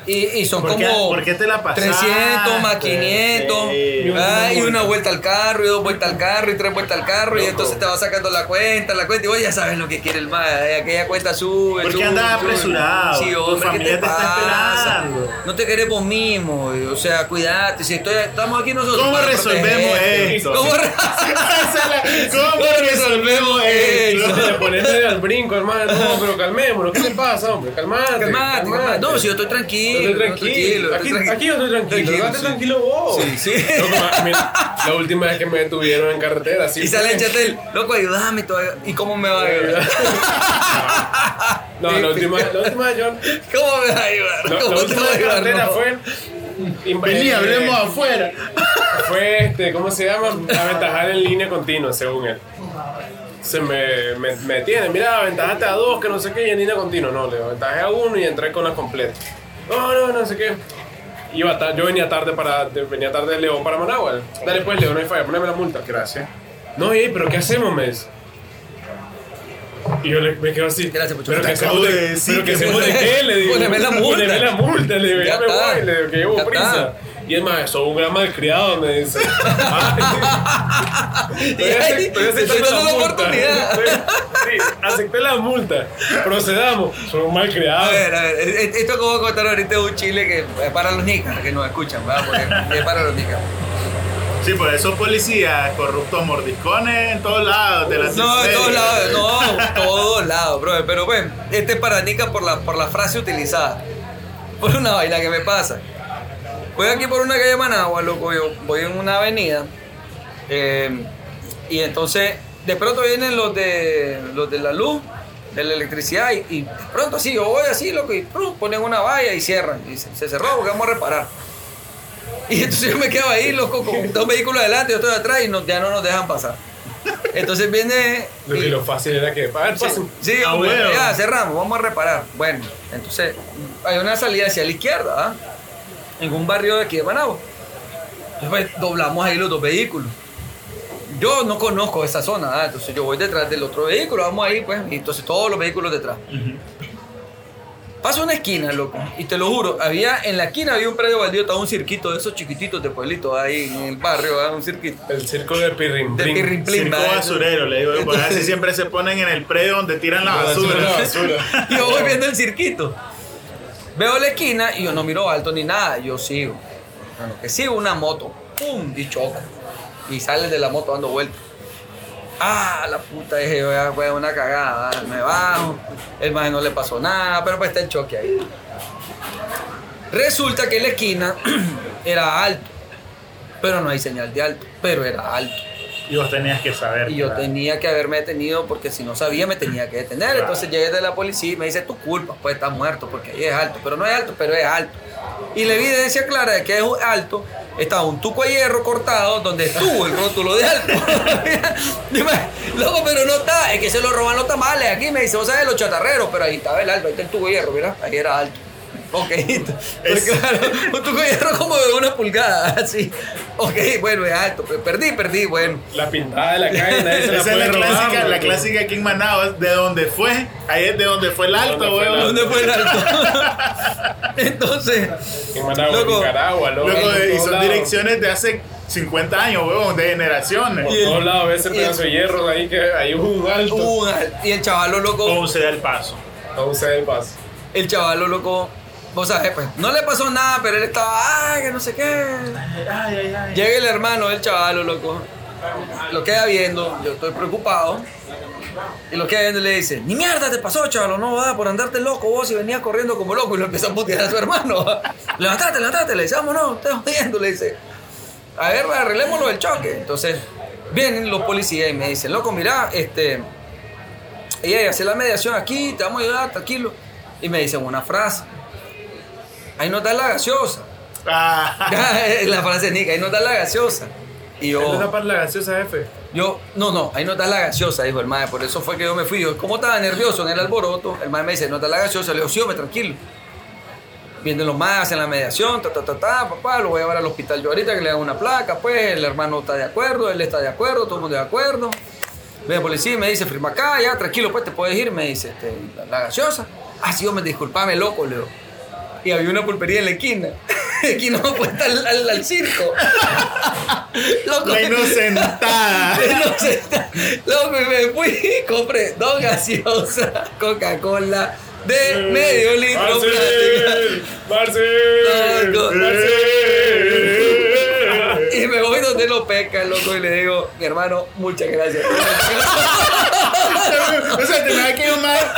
Y, y son
¿Por qué-
como
por qué te la pasaste?
300 más 500
Sí.
ay, y una vuelta al carro y dos vueltas al carro y tres vueltas al carro y
Loco.
entonces te va sacando la cuenta la cuenta y vos ya sabes lo que quiere el mae aquella cuenta sube
¿Por qué
sube,
andas
sube.
apresurado?
sí,
Tu
hombre, ¿qué
familia
te
te está
pasa?
esperando.
no te querés vos mismo o sea cuidate si estoy- estamos aquí nosotros
¿Cómo
para
resolvemos
protegerte.
esto?
¿Cómo re-
¿Cómo resolvemos
no
esto?
te le pones medio al brinco, hermano. No, pero calmémonos. ¿Qué te pasa, hombre? Calmate.
Calmate, calmate. No, si yo estoy tranquilo.
Yo estoy
yo
tranquilo.
yo
Aquí, aquí yo estoy tranquilo. Date
sí.
tranquilo vos.
Sí, sí.
Loco, ma- mira, la última vez que me detuvieron en carretera. Sí,
Y
fue-
sale el chatel, loco, ayúdame todavía. ¿Y cómo me va a ayudar?
No, la última, la última yo.
¿Cómo me va a ayudar?
La, la
¿Cómo te
última
va a
de
ayudar?
carretera
No.
fue.
Vení,
eh,
hablemos afuera.
Fue este, ¿cómo se llama? Aventajar en línea continua, según él. Se me, me, me tiene, mira, aventajaste a dos, que no sé qué, y en línea continua. No, le aventajé a uno y entré con la completa. No, no, no sé qué. Iba ta- yo venía tarde para de- venía tarde de León para Managua. Dale pues, León, no hay falla, poneme la multa. Gracias. No, ey, pero ¿qué hacemos, mes? Y yo le- me quedo así.
Gracias, mucho.
pero
Te
que
acabo
hacemos de,
de
pero
decir
que
que
hacemos de
poneme-
qué, le digo.
poneme la multa.
Poneme la multa, le digo, ya,
Ya
me
está.
voy, le digo, que llevo
Ya
prisa.
está.
Y el maestro, sos un gran malcriado, me dice. Ay,
Y ahí,
todavía
te estoy
acepté
dando la
multa.
oportunidad.
Sí, acepté la multa. Procedamos. Soy un
A
malcriado.
ver, a ver, e- e- esto que voy a contar ahorita es un chile que es para los nicas, que nos escuchan, ¿verdad? Porque es para los nicas.
Sí, pues esos policías corruptos mordiscones en todos lados. De la
No, en
tercera.
todos lados, no, todos lados, bro. Pero ven, este es para nicas por la, por la frase utilizada. Por una vaina que me pasa. Voy aquí por una calle Managua, loco, yo voy en una avenida. eh, y entonces, de pronto vienen los de, los de la luz, de la electricidad, y, y de pronto así, yo voy así, loco, y ¡prum! ponen una valla y cierran. Y se, se cerró porque vamos a reparar. Y entonces yo me quedo ahí, loco, con dos vehículos adelante, yo estoy atrás y no- ya no nos dejan pasar. Entonces viene.
Lo que
y-
lo fácil era que. A ver,
Sí,
pasen.
sí,
Ah,
hombre,
bueno.
ya cerramos, vamos a reparar. Bueno, entonces hay una salida hacia la izquierda, ¿ah? en un barrio de aquí de Managua. Entonces pues, doblamos ahí los dos vehículos. Yo no conozco esa zona, ¿ah? entonces yo voy detrás del otro vehículo, vamos ahí, pues, y entonces todos los vehículos detrás. Pasa una esquina, loco, y te lo juro, había en la esquina había un predio baldío, estaba un cirquito de esos chiquititos de pueblito ahí en el barrio, ¿ah? un cirquito.
El circo de Pirrin.
De Pirrin Plin,
Circo
¿verdad?
basurero, le digo. Porque así siempre se ponen en el predio donde tiran la basura.
La basura.
yo voy viendo el circuito. Veo la esquina y yo no miro alto ni nada, yo sigo. A lo que sigo una moto, ¡pum! Y choco. Y sale de la moto dando vueltas. Ah, la puta, dije yo, ya fue una cagada, ¿verdad? me bajo. El maje no le pasó nada, pero pues está el choque ahí. Resulta que la esquina era alto, pero no hay señal de alto, pero era alto.
Y vos tenías que saber.
Y yo
¿verdad?
tenía que haberme detenido porque si no sabía me tenía que detener.
Claro.
Entonces llegué de la policía y me dice, tu culpa, pues estás muerto porque ahí es alto. Pero no es alto, pero es alto. Y la evidencia clara de que es alto estaba un tuco de hierro cortado donde estuvo el rótulo de alto. Dime, loco, pero no está. Es que se lo roban los tamales aquí. Me dice, vos sabes, los chatarreros. Pero ahí estaba el alto, ahí está el tuco de hierro, mira, ahí era alto. Ok, pero
Es-
claro, un tuco de hierro como de una pulgada, así. Ok, bueno, es alto. Perdí, perdí, bueno.
La pintada de la calle. nadie se
Esa
la
es
puede
la
robar,
clásica,
bro.
la clásica aquí en Managua, de donde fue, ahí es de donde fue el alto,
¿Dónde fue el
weón.
alto?
¿Dónde fue el alto? Entonces,
En Managua,
Loco.
Nicaragua, loco.
Loco,
en
y
todos
son
lados.
direcciones de hace 50 años, weón, de generaciones.
Por
Y el-
todos lados ves ese
y el- Uh.
pedazo de hierro ahí que ahí hubo un alto.
un al- y el chavalo loco,
¿Cómo se da el paso?
Vamos a ver el paso.
el chavalo loco, vos sabés, pues, no le pasó nada, pero él estaba, ay, que no sé qué.
Ay, ay, ay.
Llega el hermano del chavalo loco, lo queda viendo, yo estoy preocupado. Y lo queda viendo y le dice, ni mierda te pasó, chavalo, no va por andarte loco vos y venías corriendo como loco y lo empieza a putear a su hermano. levantate, levantate, le dice, vámonos, te jodiendo, le dice. a ver, arreglémoslo del choque. Entonces, vienen los policías y me dicen, loco, mira, este, ella ya hace la mediación aquí, te vamos a ayudar, tranquilo. Y me dicen una frase. Ahí no está la gaseosa.
Ah,
la frase nica, ahí no está la gaseosa. Y
¿Dónde
yo,
está para la gaseosa, jefe?
Yo, no, no, ahí no está la gaseosa, dijo el madre. Por eso fue que yo me fui. Yo, como estaba nervioso en el alboroto, el madre me dice, no está la gaseosa. Le digo, sí, hombre, tranquilo. Vienen los más en la mediación, ta, ta, ta, ta, papá, lo voy a llevar al hospital yo ahorita, que le haga una placa, pues, el hermano está de acuerdo, él está de acuerdo, todo el mundo de acuerdo. Ve policía y me dice, firma acá, ya, tranquilo, pues, te puedes ir, me dice, este, la, la gaseosa. Ah, sí, hombre, disculpame, loco, le digo. Y había una pulpería en la esquina. Aquí no puesta al, al, al circo. Loco,
La inocentada.
Inocentada. Luego me, me fui y compré dos gaseosas, Coca-Cola de
Eh,
medio litro
Marcel, Marcel,
No, no.
Marcel.
plástica. Y me voy donde lo peca, loco, y le digo, mi hermano, muchas gracias.
o sea, te me va a quedar mal.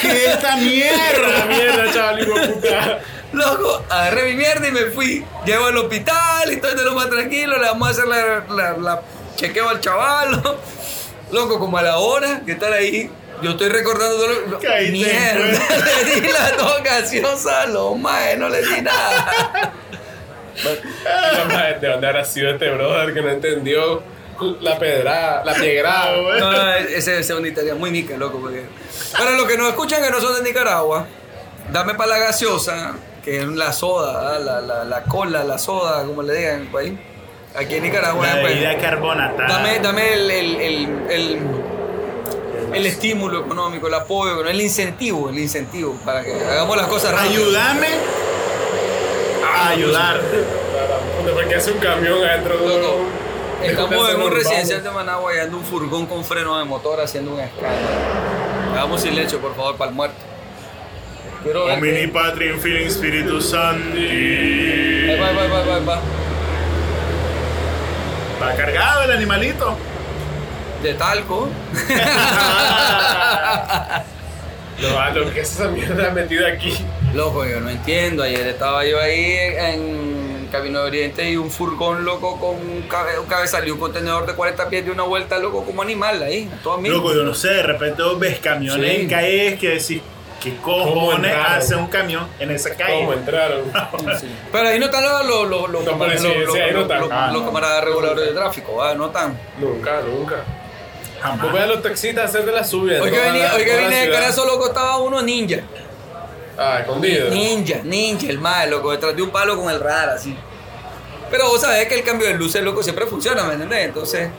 ¿Qué esta
La
mierda?
mierda, chaval, hijo de puta.
Loco, agarré mi mierda y me fui. Llevo al hospital y todo de lo más tranquilo. Le vamos a hacer la, la- la- chequeo al chaval. Loco, como a la hora que estar ahí, yo estoy recordando todo lo-
Caíste en
Mierda, le di la dos gaseosa a los maes, no le di nada.
La madre, ¿De dónde habrá sido este brother que no entendió la pedrada, la piedrada? güey?
No, no, ese es un italiano muy nica, loco. Porque... Para los que nos escuchan que no son de Nicaragua, dame para la gaseosa, que es la soda, ah, la, la, la cola, la soda, como le digan en el país. Aquí en Nicaragua,
La
pues,
bebida carbonatada.
dame, dame el, el, el, el- el estímulo económico, el apoyo, el incentivo, el incentivo para que hagamos las cosas rápido.
Ayúdame a ayudarte.
¿Dónde fue que hace un camión adentro de
Loco,
un- de un
Estamos en un
urbano?
residencial de Managua y anda un furgón con freno de motor haciendo un escándalo. Hagamos silencio, por favor, para el muerto. Quiero ver.
Omini Patria Infini Spiritus Santi.
Ahí va, ahí va, ahí va, ahí va.
Va cargado el animalito.
De talco.
No, ah, lo que es esa mierda metida aquí.
Loco, yo no entiendo. Ayer estaba yo ahí en Camino de Oriente y un furgón loco con un, cabe, un cabezal y un contenedor de 40 pies de una vuelta, loco, como animal ahí. Todo a mí.
Loco, yo no sé, de repente vos ves camiones
Sí.
en calles que decís, ¿qué
¿Cómo
cojones
entraron?
hace un camión en esa
¿Cómo
calle?
entraron?
Pero ahí no están los, los, los, los,
No,
camar-
pero sí,
los- los-
sí, ahí no están.
los-
Ah,
los
no.
camaradas reguladores de tráfico, ah, no están.
Nunca, nunca. Vos
Jamás.
ves a los taxistas hacer de la subida.
Hoy que
toda
vine,
la-
hoy que
toda la
vine de
ciudad.
Carazo, loco, estaba uno ninja.
Ah, escondido.
Ninja, ninja, el mal, loco, detrás de un palo con el radar, así. Pero vos sabés que el cambio de luces, loco, siempre funciona, ¿me entendés? Entonces,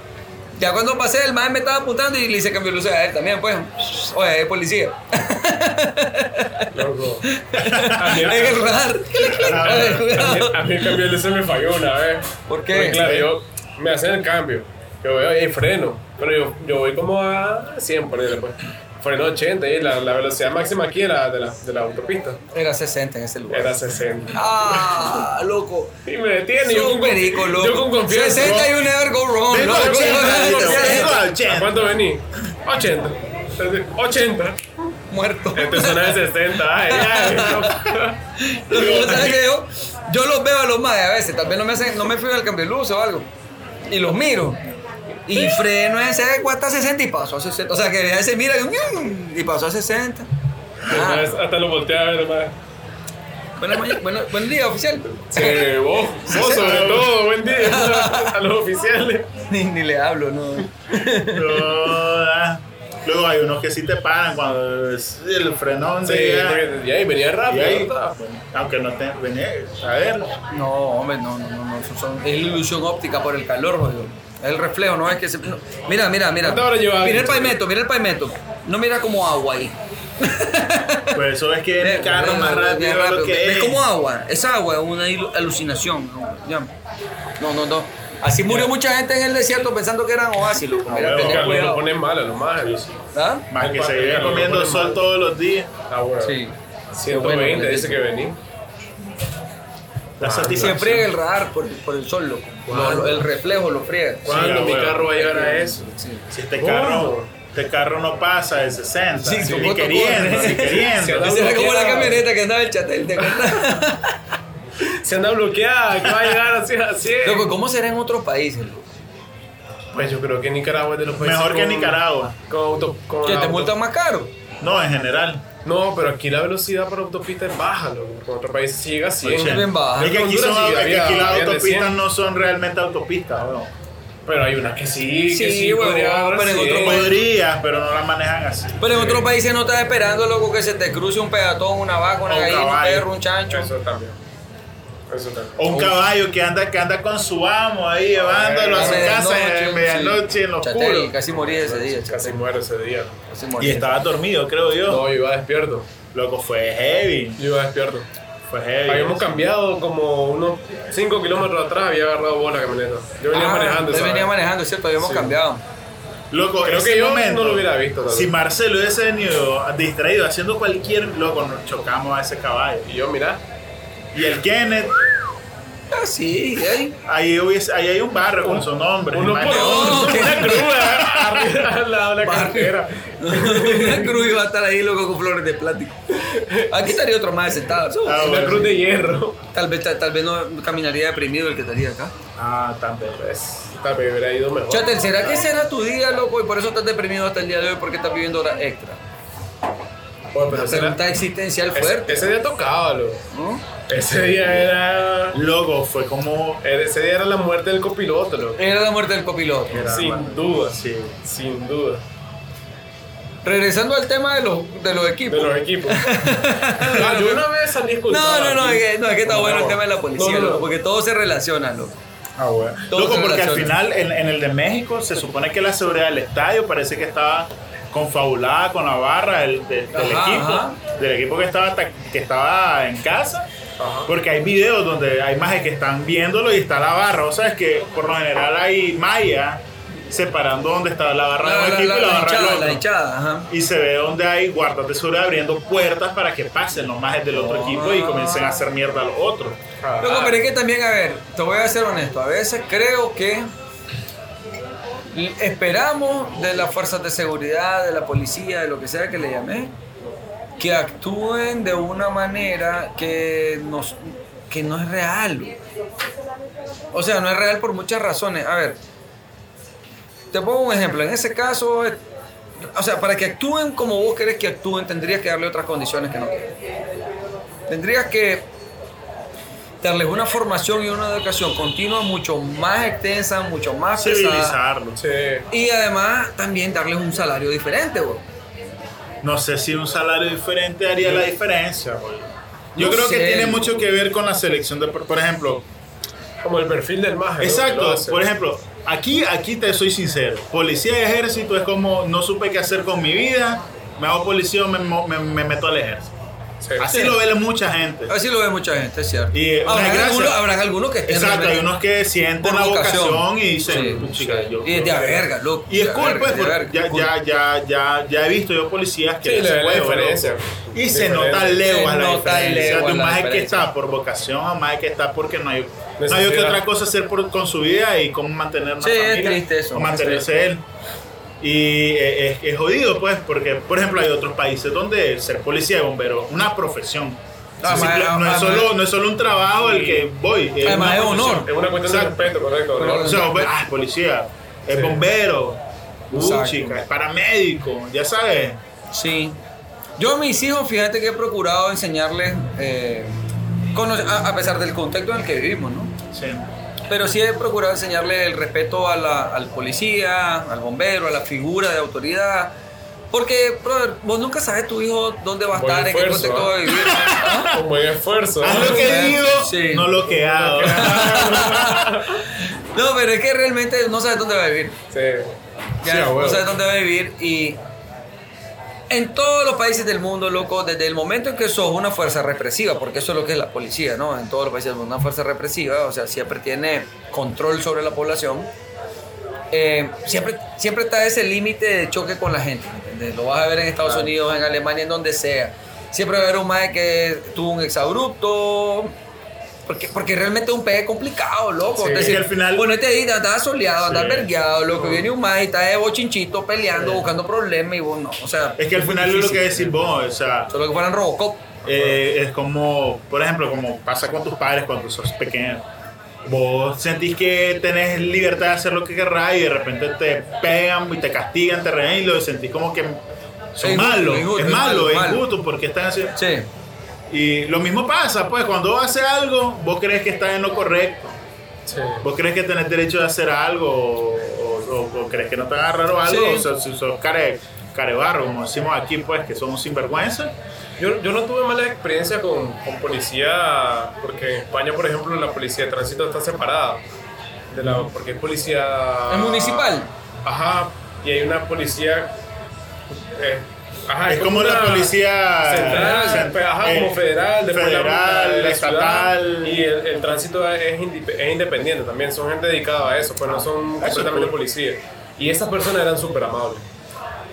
ya cuando pasé, el mal me estaba apuntando y le hice cambio de luces a él también, pues. Oye, es policía.
Loco. A mí,
En el radar. Oye,
a mí-
cuidado.
a mí el cambio de luces me falló una vez.
¿Por qué?
Porque, claro, yo me hacen el cambio. Yo veo, ahí freno. Pero yo, yo voy como a 100, ponele, pues. Freno 80, y la, la velocidad máxima aquí era de la, de la autopista.
Era 60 en ese lugar.
Era 60.
Ah, loco.
Y me detiene. y yo
Son
con-
perico, loco.
Yo con confianza.
60 y un never go wrong,
Vengo
loco.
a 80,
Yo-
vengo a
¿A
80.
cuánto vení? 80. Entonces, 80.
Muerto.
Este zona de 60. Ay, ay,
Lo que pasa es que yo, yo los veo a los madres a veces, tal vez no me, hacen, no me fijo al cambio de luz o algo. Y los miro. Y freno ese cuesta 60 y paso a 60. O sea que a veces mira y, mm, y pasó a 60. Ah,
Entonces, Hasta lo volteé a ver, hermano.
buena maña- bueno- buen día, oficial.
Sí, vos, vos sobre todo, buen día a los oficiales.
Ni, ni le hablo, no.
Toda. Luego hay unos que sí te paran cuando es el frenón
Sí,
de
porque- y ahí venía rápido.
Y ahí-
¿verdad?
aunque no te eh. venés a verlo.
No, hombre, no, no, no. no, eso son- es ilusión óptica por el calor, jodido. Es el reflejo, no es que se. no. Mira, mira, mira.
¿Cuántas horas llevaba?
Mira el pavimento, mira el pavimento. No mira como agua ahí.
Pues eso es que el carro más rápido de lo que
Es
es.
como agua, es agua, es una ilu- alucinación. ¿no? Ya. No, no, no. Así murió mucha gente en el desierto pensando que eran oasis, loco.
Ah,
Mira,
huevo,
tenés
Porque
Carlos,
lo
cuidado.
ponen mal a los malos.
¿Ah?
Más que se vive comiendo sol todos los días.
Ah, bueno.
Sí.
120 dice que vení.
La
Y se
satisfacción.
friega el radar por, el- por el sol, loco. Lo- lo- el reflejo lo friega.
¿Cuándo
ah,
mi
bueno.
carro va a llegar a eso?
Sí.
Si este
Oh.
carro, este carro no pasa de 60,
Sí,
sí,
como
ni
tocó,
queriendo,
¿eh?
ni queriendo.
Sí,
Esa era como la
bloqueado.
camioneta que andaba el chatel, ¿te acuerdas?
Se anda bloqueada, que va a llegar así a 100.
Loco, ¿cómo será en otros países? loco?
Pues yo creo que Nicaragua es de los países.
Mejor que
con-
Nicaragua.
Con auto, con
Que te
auto-
multan más caro.
No, en general.
No, pero aquí la velocidad para autopista es baja, loco. Con otro país sí llega a 100.
bien baja.
Es que aquí, son-
Honduras sí,
es que
había-
aquí las
habían de
autopistas
100.
no son realmente autopistas, weón.
Pero hay unas que sí, que
Sí,
sí
huevón,
podría dar
pero en otro
sí.
país-
Podrías, pero no la manejan así.
Pero en otros países no estás esperando, loco, que se te cruce un peatón, una vaca, una
O un
gallina, un
caballo.
perro, un chancho.
Eso también. Eso también.
O un caballo que anda, que anda con su amo ahí llevándolo a su
Ay,
casa en medianoche
Eh, sí.
en lo
Chatel,
oscuro.
Casi morí ese día,
Casi
chatel,
muero ese día.
casi morí.
Y estaba dormido, creo yo.
No, yo iba despierto.
Loco, fue heavy.
Yo iba despierto.
Fue heavy.
Habíamos cambiado como unos 5 kilómetros atrás, había agarrado bola la camioneta. Yo venía
Ah,
manejando.
usted
¿sabes?
venía manejando, ¿cierto? Habíamos
Sí.
cambiado.
Loco,
Creo
ese
que yo
momento,
no lo hubiera visto, tal vez.
Si Marcelo hubiese venido distraído haciendo cualquier loco, nos chocamos a ese caballo.
Y yo, mirá,
Y el Kenneth,
Ah, sí, ahí.
ahí, hubiese, ahí hay un barrio con su nombre.
uno por
imagínate.
uno, una grúa arriba al lado de la carretera.
Una cruz iba a estar ahí, loco, con flores de plástico. Aquí estaría otro más sentado.
Ah,
Una
bueno.
cruz de hierro.
Tal vez, tal, vez no caminaría deprimido el que estaría acá.
Ah, también.
Pues, tal vez hubiera ido mejor.
Chatel, ¿será que será tu día, loco? Y por eso estás deprimido hasta el día de hoy porque estás viviendo horas extra.
Bueno, pero
Una
ese, era-
pregunta existencial
ese,
fuerte,
ese día tocaba, loco.
¿no?
Ese día era.
Loco, fue como.
Eh, Ese día era la muerte del copiloto, loco.
Era la muerte del copiloto.
Era
Sin
bueno.
duda,
Sí.
sin duda.
Regresando al tema de los, de los
De
equipos.
los equipos. Ah, yo una vez salí
No,
escoltado
no, no,
aquí.
es que, no, es que está bueno el tema de la policía,
No, no, no.
loco, porque todo se relaciona, loco.
Ah, bueno.
Todo
Loco,
se
porque al
relaciona.
final en, en el de México se supone que la seguridad del estadio parece que estaba confabulada con la barra del, del- del
Ajá,
equipo,
ajá.
del equipo que estaba, ta- que estaba en casa. Porque hay videos donde hay más que están viéndolo y está la barra. O sea, es que por lo general hay malla separando donde está la barra de un equipo y la, barra del
hinchada,
otro.
la hinchada, ajá.
Y se ve donde hay guardas de seguridad abriendo puertas para que pasen los majes del
Oh.
otro equipo y comiencen a hacer mierda a los otros.
Ah,
Loco, pero es que también, a ver, te voy a ser honesto, a veces creo que esperamos de las fuerzas de seguridad, de la policía, de lo que sea que le llamé, que actúen de una manera que, nos, que no es real. O sea, no es real por muchas razones. A ver, te pongo un ejemplo. En ese caso, eh, o sea, para que actúen como vos querés que actúen, tendrías que darle otras condiciones que no tienen. Tendrías que darles una formación y una educación continua mucho más extensa, mucho más pesada.
Civilizarlos.
che,
Y además también darles un salario diferente, bro.
No sé si un salario diferente haría la diferencia. güey. Yo
No
creo que
sé.
tiene mucho que ver con la selección de, por por ejemplo,
como el perfil del maje. ¿no? Que lo
exacto,
hace.
por ejemplo, aquí aquí te soy sincero, policía y ejército es como no supe qué hacer con mi vida, me hago policía o me, mo- me- me meto al ejército.
Sí.
Así lo ve mucha gente.
Así lo ve mucha gente, es cierto.
Y, eh, una
habrán,
gracia.
algunos, habrán algunos que estén
Exacto, hay
realmente-
unos que sienten
Por
la
vocación.
vocación y dicen,
Sí,
"Chica, yo-
Y es de
yo-
a verga, loco.
Y es
de a
cool,
verga, de
pues,
a
porque
verga,
ya,
cool.
ya, ya, ya, ya he visto yo policías que
Sí,
hacen
le ve la
huevo,
diferencia.
loco. Y se nota
Diferencia.
leguas
Se
la
nota
diferencia de
leguas
un
la
maje que
diferencia.
está por vocación a un maje que está porque no hay, no hay
Necesidad.
otra otra cosa hacer por- con su vida y cómo mantener una
Sí, es
familia,
triste eso,
o mantenerse él. Y es, es- es jodido, pues, porque, por ejemplo, hay otros países donde ser policía y bombero, una profesión.
No,
O
además-
sea, simple- no, es
además-
solo, no es solo un trabajo el que voy. es
Además
una
es
profesión.
honor.
Es una cuestión de
Exacto.
respeto, correcto.
Pero-
¿no?
O sea, hombre, ah, es policía, es
Sí.
bombero, uh,
Exacto.
chica, es paramédico, ya sabes.
Sí. Yo a mis hijos, fíjate que he procurado enseñarles, eh, conoce- a, a pesar del contexto en el que vivimos, ¿no?
Sí.
Pero sí he procurado enseñarle el respeto a la- al policía, al bombero, a la figura de autoridad. Porque, brother, vos nunca sabes tu hijo dónde va a
Buen
estar, en qué
esfuerzo,
contexto va a
¿ah?
vivir.
Con buen esfuerzo.
Haz lo
¿no?
que digo,
Sí.
no lo que hago.
No, pero es que realmente no sabes dónde va a vivir.
Sí.
Ya
Sí, a
no
huevo.
sabes dónde va a vivir y en todos los países del mundo, loco, desde el momento en que sos una fuerza represiva, porque eso es lo que es la policía, ¿no? En todos los países del mundo, una fuerza represiva, o sea, siempre tiene control sobre la población. Eh, siempre, siempre está ese límite de choque con la gente, ¿me ¿entendés? Lo vas a ver en Estados Unidos, en Alemania, en donde sea. Siempre va a haber un mae que tuvo un exabrupto. Porque, porque realmente es un pegue complicado, loco.
Sí,
Es
y al final-
ponete ahí, andás soleado, andás
Sí.
vergueado, loco. Viene un mae y está de bochinchito peleando,
Sí. Eh.
buscando problemas y vos no. O sea,
es que al final es lo que decís vos, o sea,
solo que fueran Robocop.
eh, es como, por ejemplo, como pasa con tus padres cuando sos pequeño. Vos sentís que tenés libertad de hacer lo que querrás y de repente te pegan y te castigan, te regañan y lo sentís como que
Es
son
injusto,
malos,
injusto,
es
es malo,
malo, es
malo.
injusto porque están haciendo...
Sí.
Y lo mismo pasa, pues, cuando vos haces algo, vos crees que estás en lo correcto.
Sí.
¿Vos crees que tenés derecho de hacer algo o, o- o- o crees que no te agarraron algo?
Sí.
O sea, si sos care, carebarro, como decimos aquí, pues, que somos sinvergüenza.
Yo, yo no tuve malas experiencias con, con policía, porque en España, por ejemplo, la policía de tránsito está separada. De la, porque es policía.
¿Es municipal?
Ajá, y hay una policía. eh, ajá,
Es como la
una
policía
Central,
cent-
pues, ajá, como
eh,
federal, después la-
federal,
la- la
estatal.
ciudad. Y el, el tránsito es, indi- es independiente también, son gente dedicada a eso, pues no son
eso es
completamente
Ah, cool.
policías. Y esas personas eran súper amables.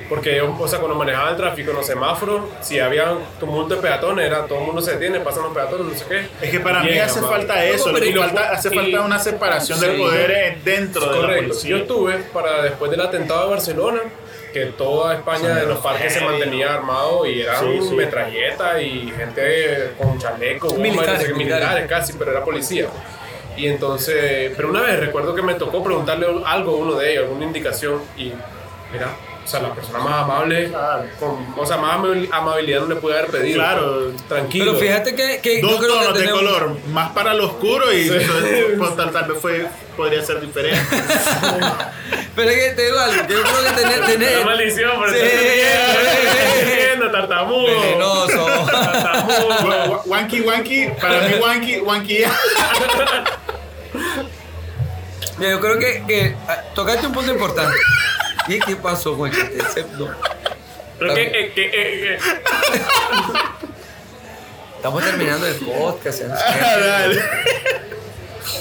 Porque yo, o sea, cuando manejaba el tráfico en los semáforos, si había un tumulto de peatones, era todo el mundo se detiene, pasan los peatones, no sé qué.
Es que para mí
Bien
hace
amable.
falta eso,
No, pero
y
y lo-
falta- hace
y-
falta una separación del
Sí.
poder eh, dentro de la
Correcto.
policía.
Yo tuve para después del atentado de Barcelona, que toda España en los parques se mantenía armado y eran
Sí, sí.
metralletas y gente con chaleco, bomba,
Militares,
no sé qué, militares
militares.
casi, pero era policía. Y entonces, pero una vez recuerdo que me tocó preguntarle algo a uno de ellos, alguna indicación, y mira, o sea, la persona más amable,
Claro.
con, o sea, más amabil- amabilidad no le pude haber pedido.
Claro.
tranquilo.
Pero fíjate que, que
Dos
yo creo que
tonos de
tenemos-
color, más para lo oscuro y entonces, pues, tal, tal vez fue, podría ser diferente.
Pero es que te digo algo, que yo creo que tener...
La
tener
maldición, pero
Sí,
estás
sí,
mintiendo,
sí.
estás mintiendo, tartamudo.
Venenoso.
Tartamudo.
Wa- wa- Wanky, wanky, para mí wanky, wanky.
Mira, yo creo que, que, ah, tocaste un punto importante. ¿Y qué pasó, Juan? Que te acepto.
Creo que, eh, que, eh, eh,
Estamos terminando el podcast. ¿eh?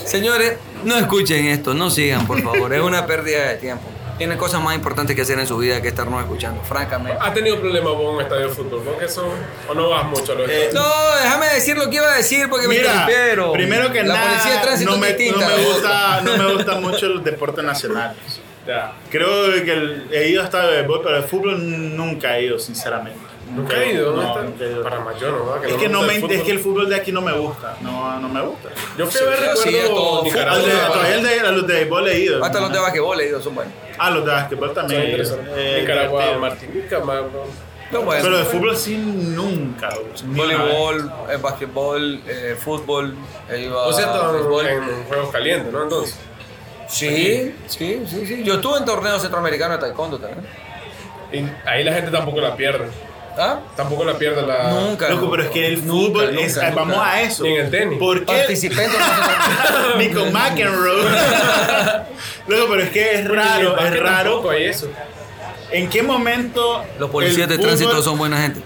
Señores, no escuchen esto, no sigan, por favor. Es una pérdida de tiempo. Tienen cosas más importantes que hacer en su vida que estarnos escuchando, francamente.
¿Has tenido problemas vos en un estadio de fútbol? ¿Con que eso? ¿O no vas mucho a los
Eh,
estadios?
No, déjame decir lo que iba a decir porque me
Mira,
interrumpieron.
primero que
la
nada,
policía de tránsito
no me,
es distinta,
no me
la
gusta, no me gusta mucho los deportes nacionales.
Ya.
Creo que el- he ido hasta el béisbol, pero el fútbol nunca he ido, sinceramente.
¿Nunca he ido?
No,
¿Dónde
nunca
está?
he ido.
Para mayor, ¿no?
Es que, no me,
gusta
es que el
fútbol.
fútbol de aquí no me gusta. No, no me gusta.
Yo fui a ver,
Sí, sí, a
recuerdo
todo.
Al de- Todavía el
Nicaragua.
de, a los de béisbol he ido.
otra. Hasta los de basquetbol, ellos son buenos.
Ah, los de básquetbol también.
Son
he ido.
interesantes.
Eh,
Nicaragua,
divertido.
Martinica, Magno.
Son buenos.
Pero de fútbol sí nunca. ni una vez.
voleibol, eh, basquetbol, eh, fútbol, ahí va,
O sea,
béisbol.
estaban en juegos calientes, ¿no? Entonces.
Sí, sí, sí, sí. Yo estuve en torneos centroamericanos de taekwondo también.
Y ahí la gente tampoco la pierde.
¿Ah?
Tampoco la pierde la...
Nunca.
Ah, Loco, pero es que el fútbol
nunca,
es.
nunca.
Vamos a eso.
Ni en el tenis.
¿Por qué?
Participé en torneos centroamericanos.
Nico McEnroe. Loco, pero es que es raro, es raro.
Tampoco hay eso.
¿En qué momento.
Los policías
el
de
fútbol-
tránsito son buena gente.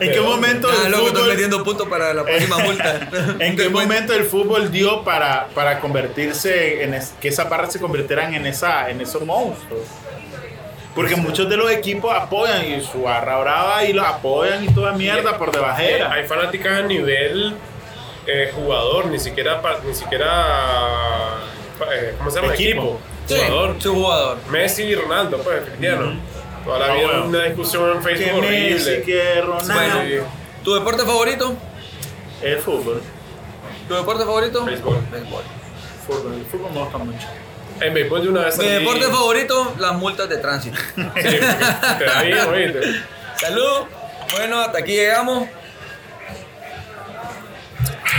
¿En qué momento
Ah,
el
loco, estoy
fútbol.
metiendo puntos para la próxima multa.
¿En qué momento el fútbol dio para, para convertirse en es- que esa barra se convirtieran en esa en esos monstruos? Porque muchos de los equipos apoyan y su barra brava y los apoyan y toda mierda por debajera.
Hay fanáticas a nivel eh, jugador, ni siquiera, pa- ni siquiera eh, ¿cómo se llama?
Equipo.
Equipo.
Sí,
Jugador.
Su jugador.
Messi y Ronaldo, pues, Cristiano. Toda la
Ah,
vida
bueno.
una discusión en
que
Facebook horrible.
Messi, que Ronaldo.
Bueno,
¿Tu deporte favorito?
El fútbol.
¿Tu deporte favorito?
Béisbol.
Béisbol.
fútbol. El fútbol me gusta mucho.
en béisbol de una vez
Mi
salí-
deporte favorito, las multas de tránsito.
Sí, te da bien, oíste.
Salud. Bueno, hasta aquí llegamos.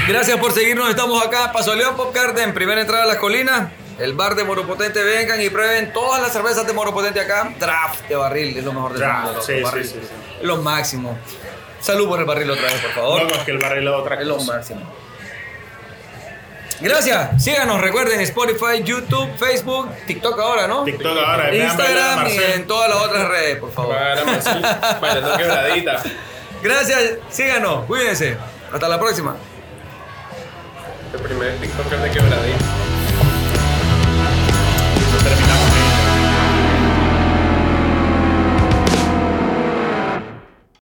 Gracias por seguirnos. Estamos acá, Paso León Pop Garden, primera entrada a las colinas. El bar de Moropotente, vengan y prueben todas las cervezas de Moropotente acá. Draft de barril, es lo mejor del
Draft,
mundo. loco,
sí, sí,
barril.
sí, sí.
Es Lo máximo. Salud por el barril otra vez, por favor.
Loco, es que el barril es otra
Es lo
cosa.
máximo. Gracias. Síganos, recuerden Spotify, YouTube, Facebook, TikTok ahora, ¿no?
TikTok ahora. vean bailar a
Instagram y
Marcel.
en todas las otras redes, por favor.
Para Marcel, bailando quebradita.
Gracias, síganos, cuídense. Hasta la próxima.
El primer TikToker de quebradita.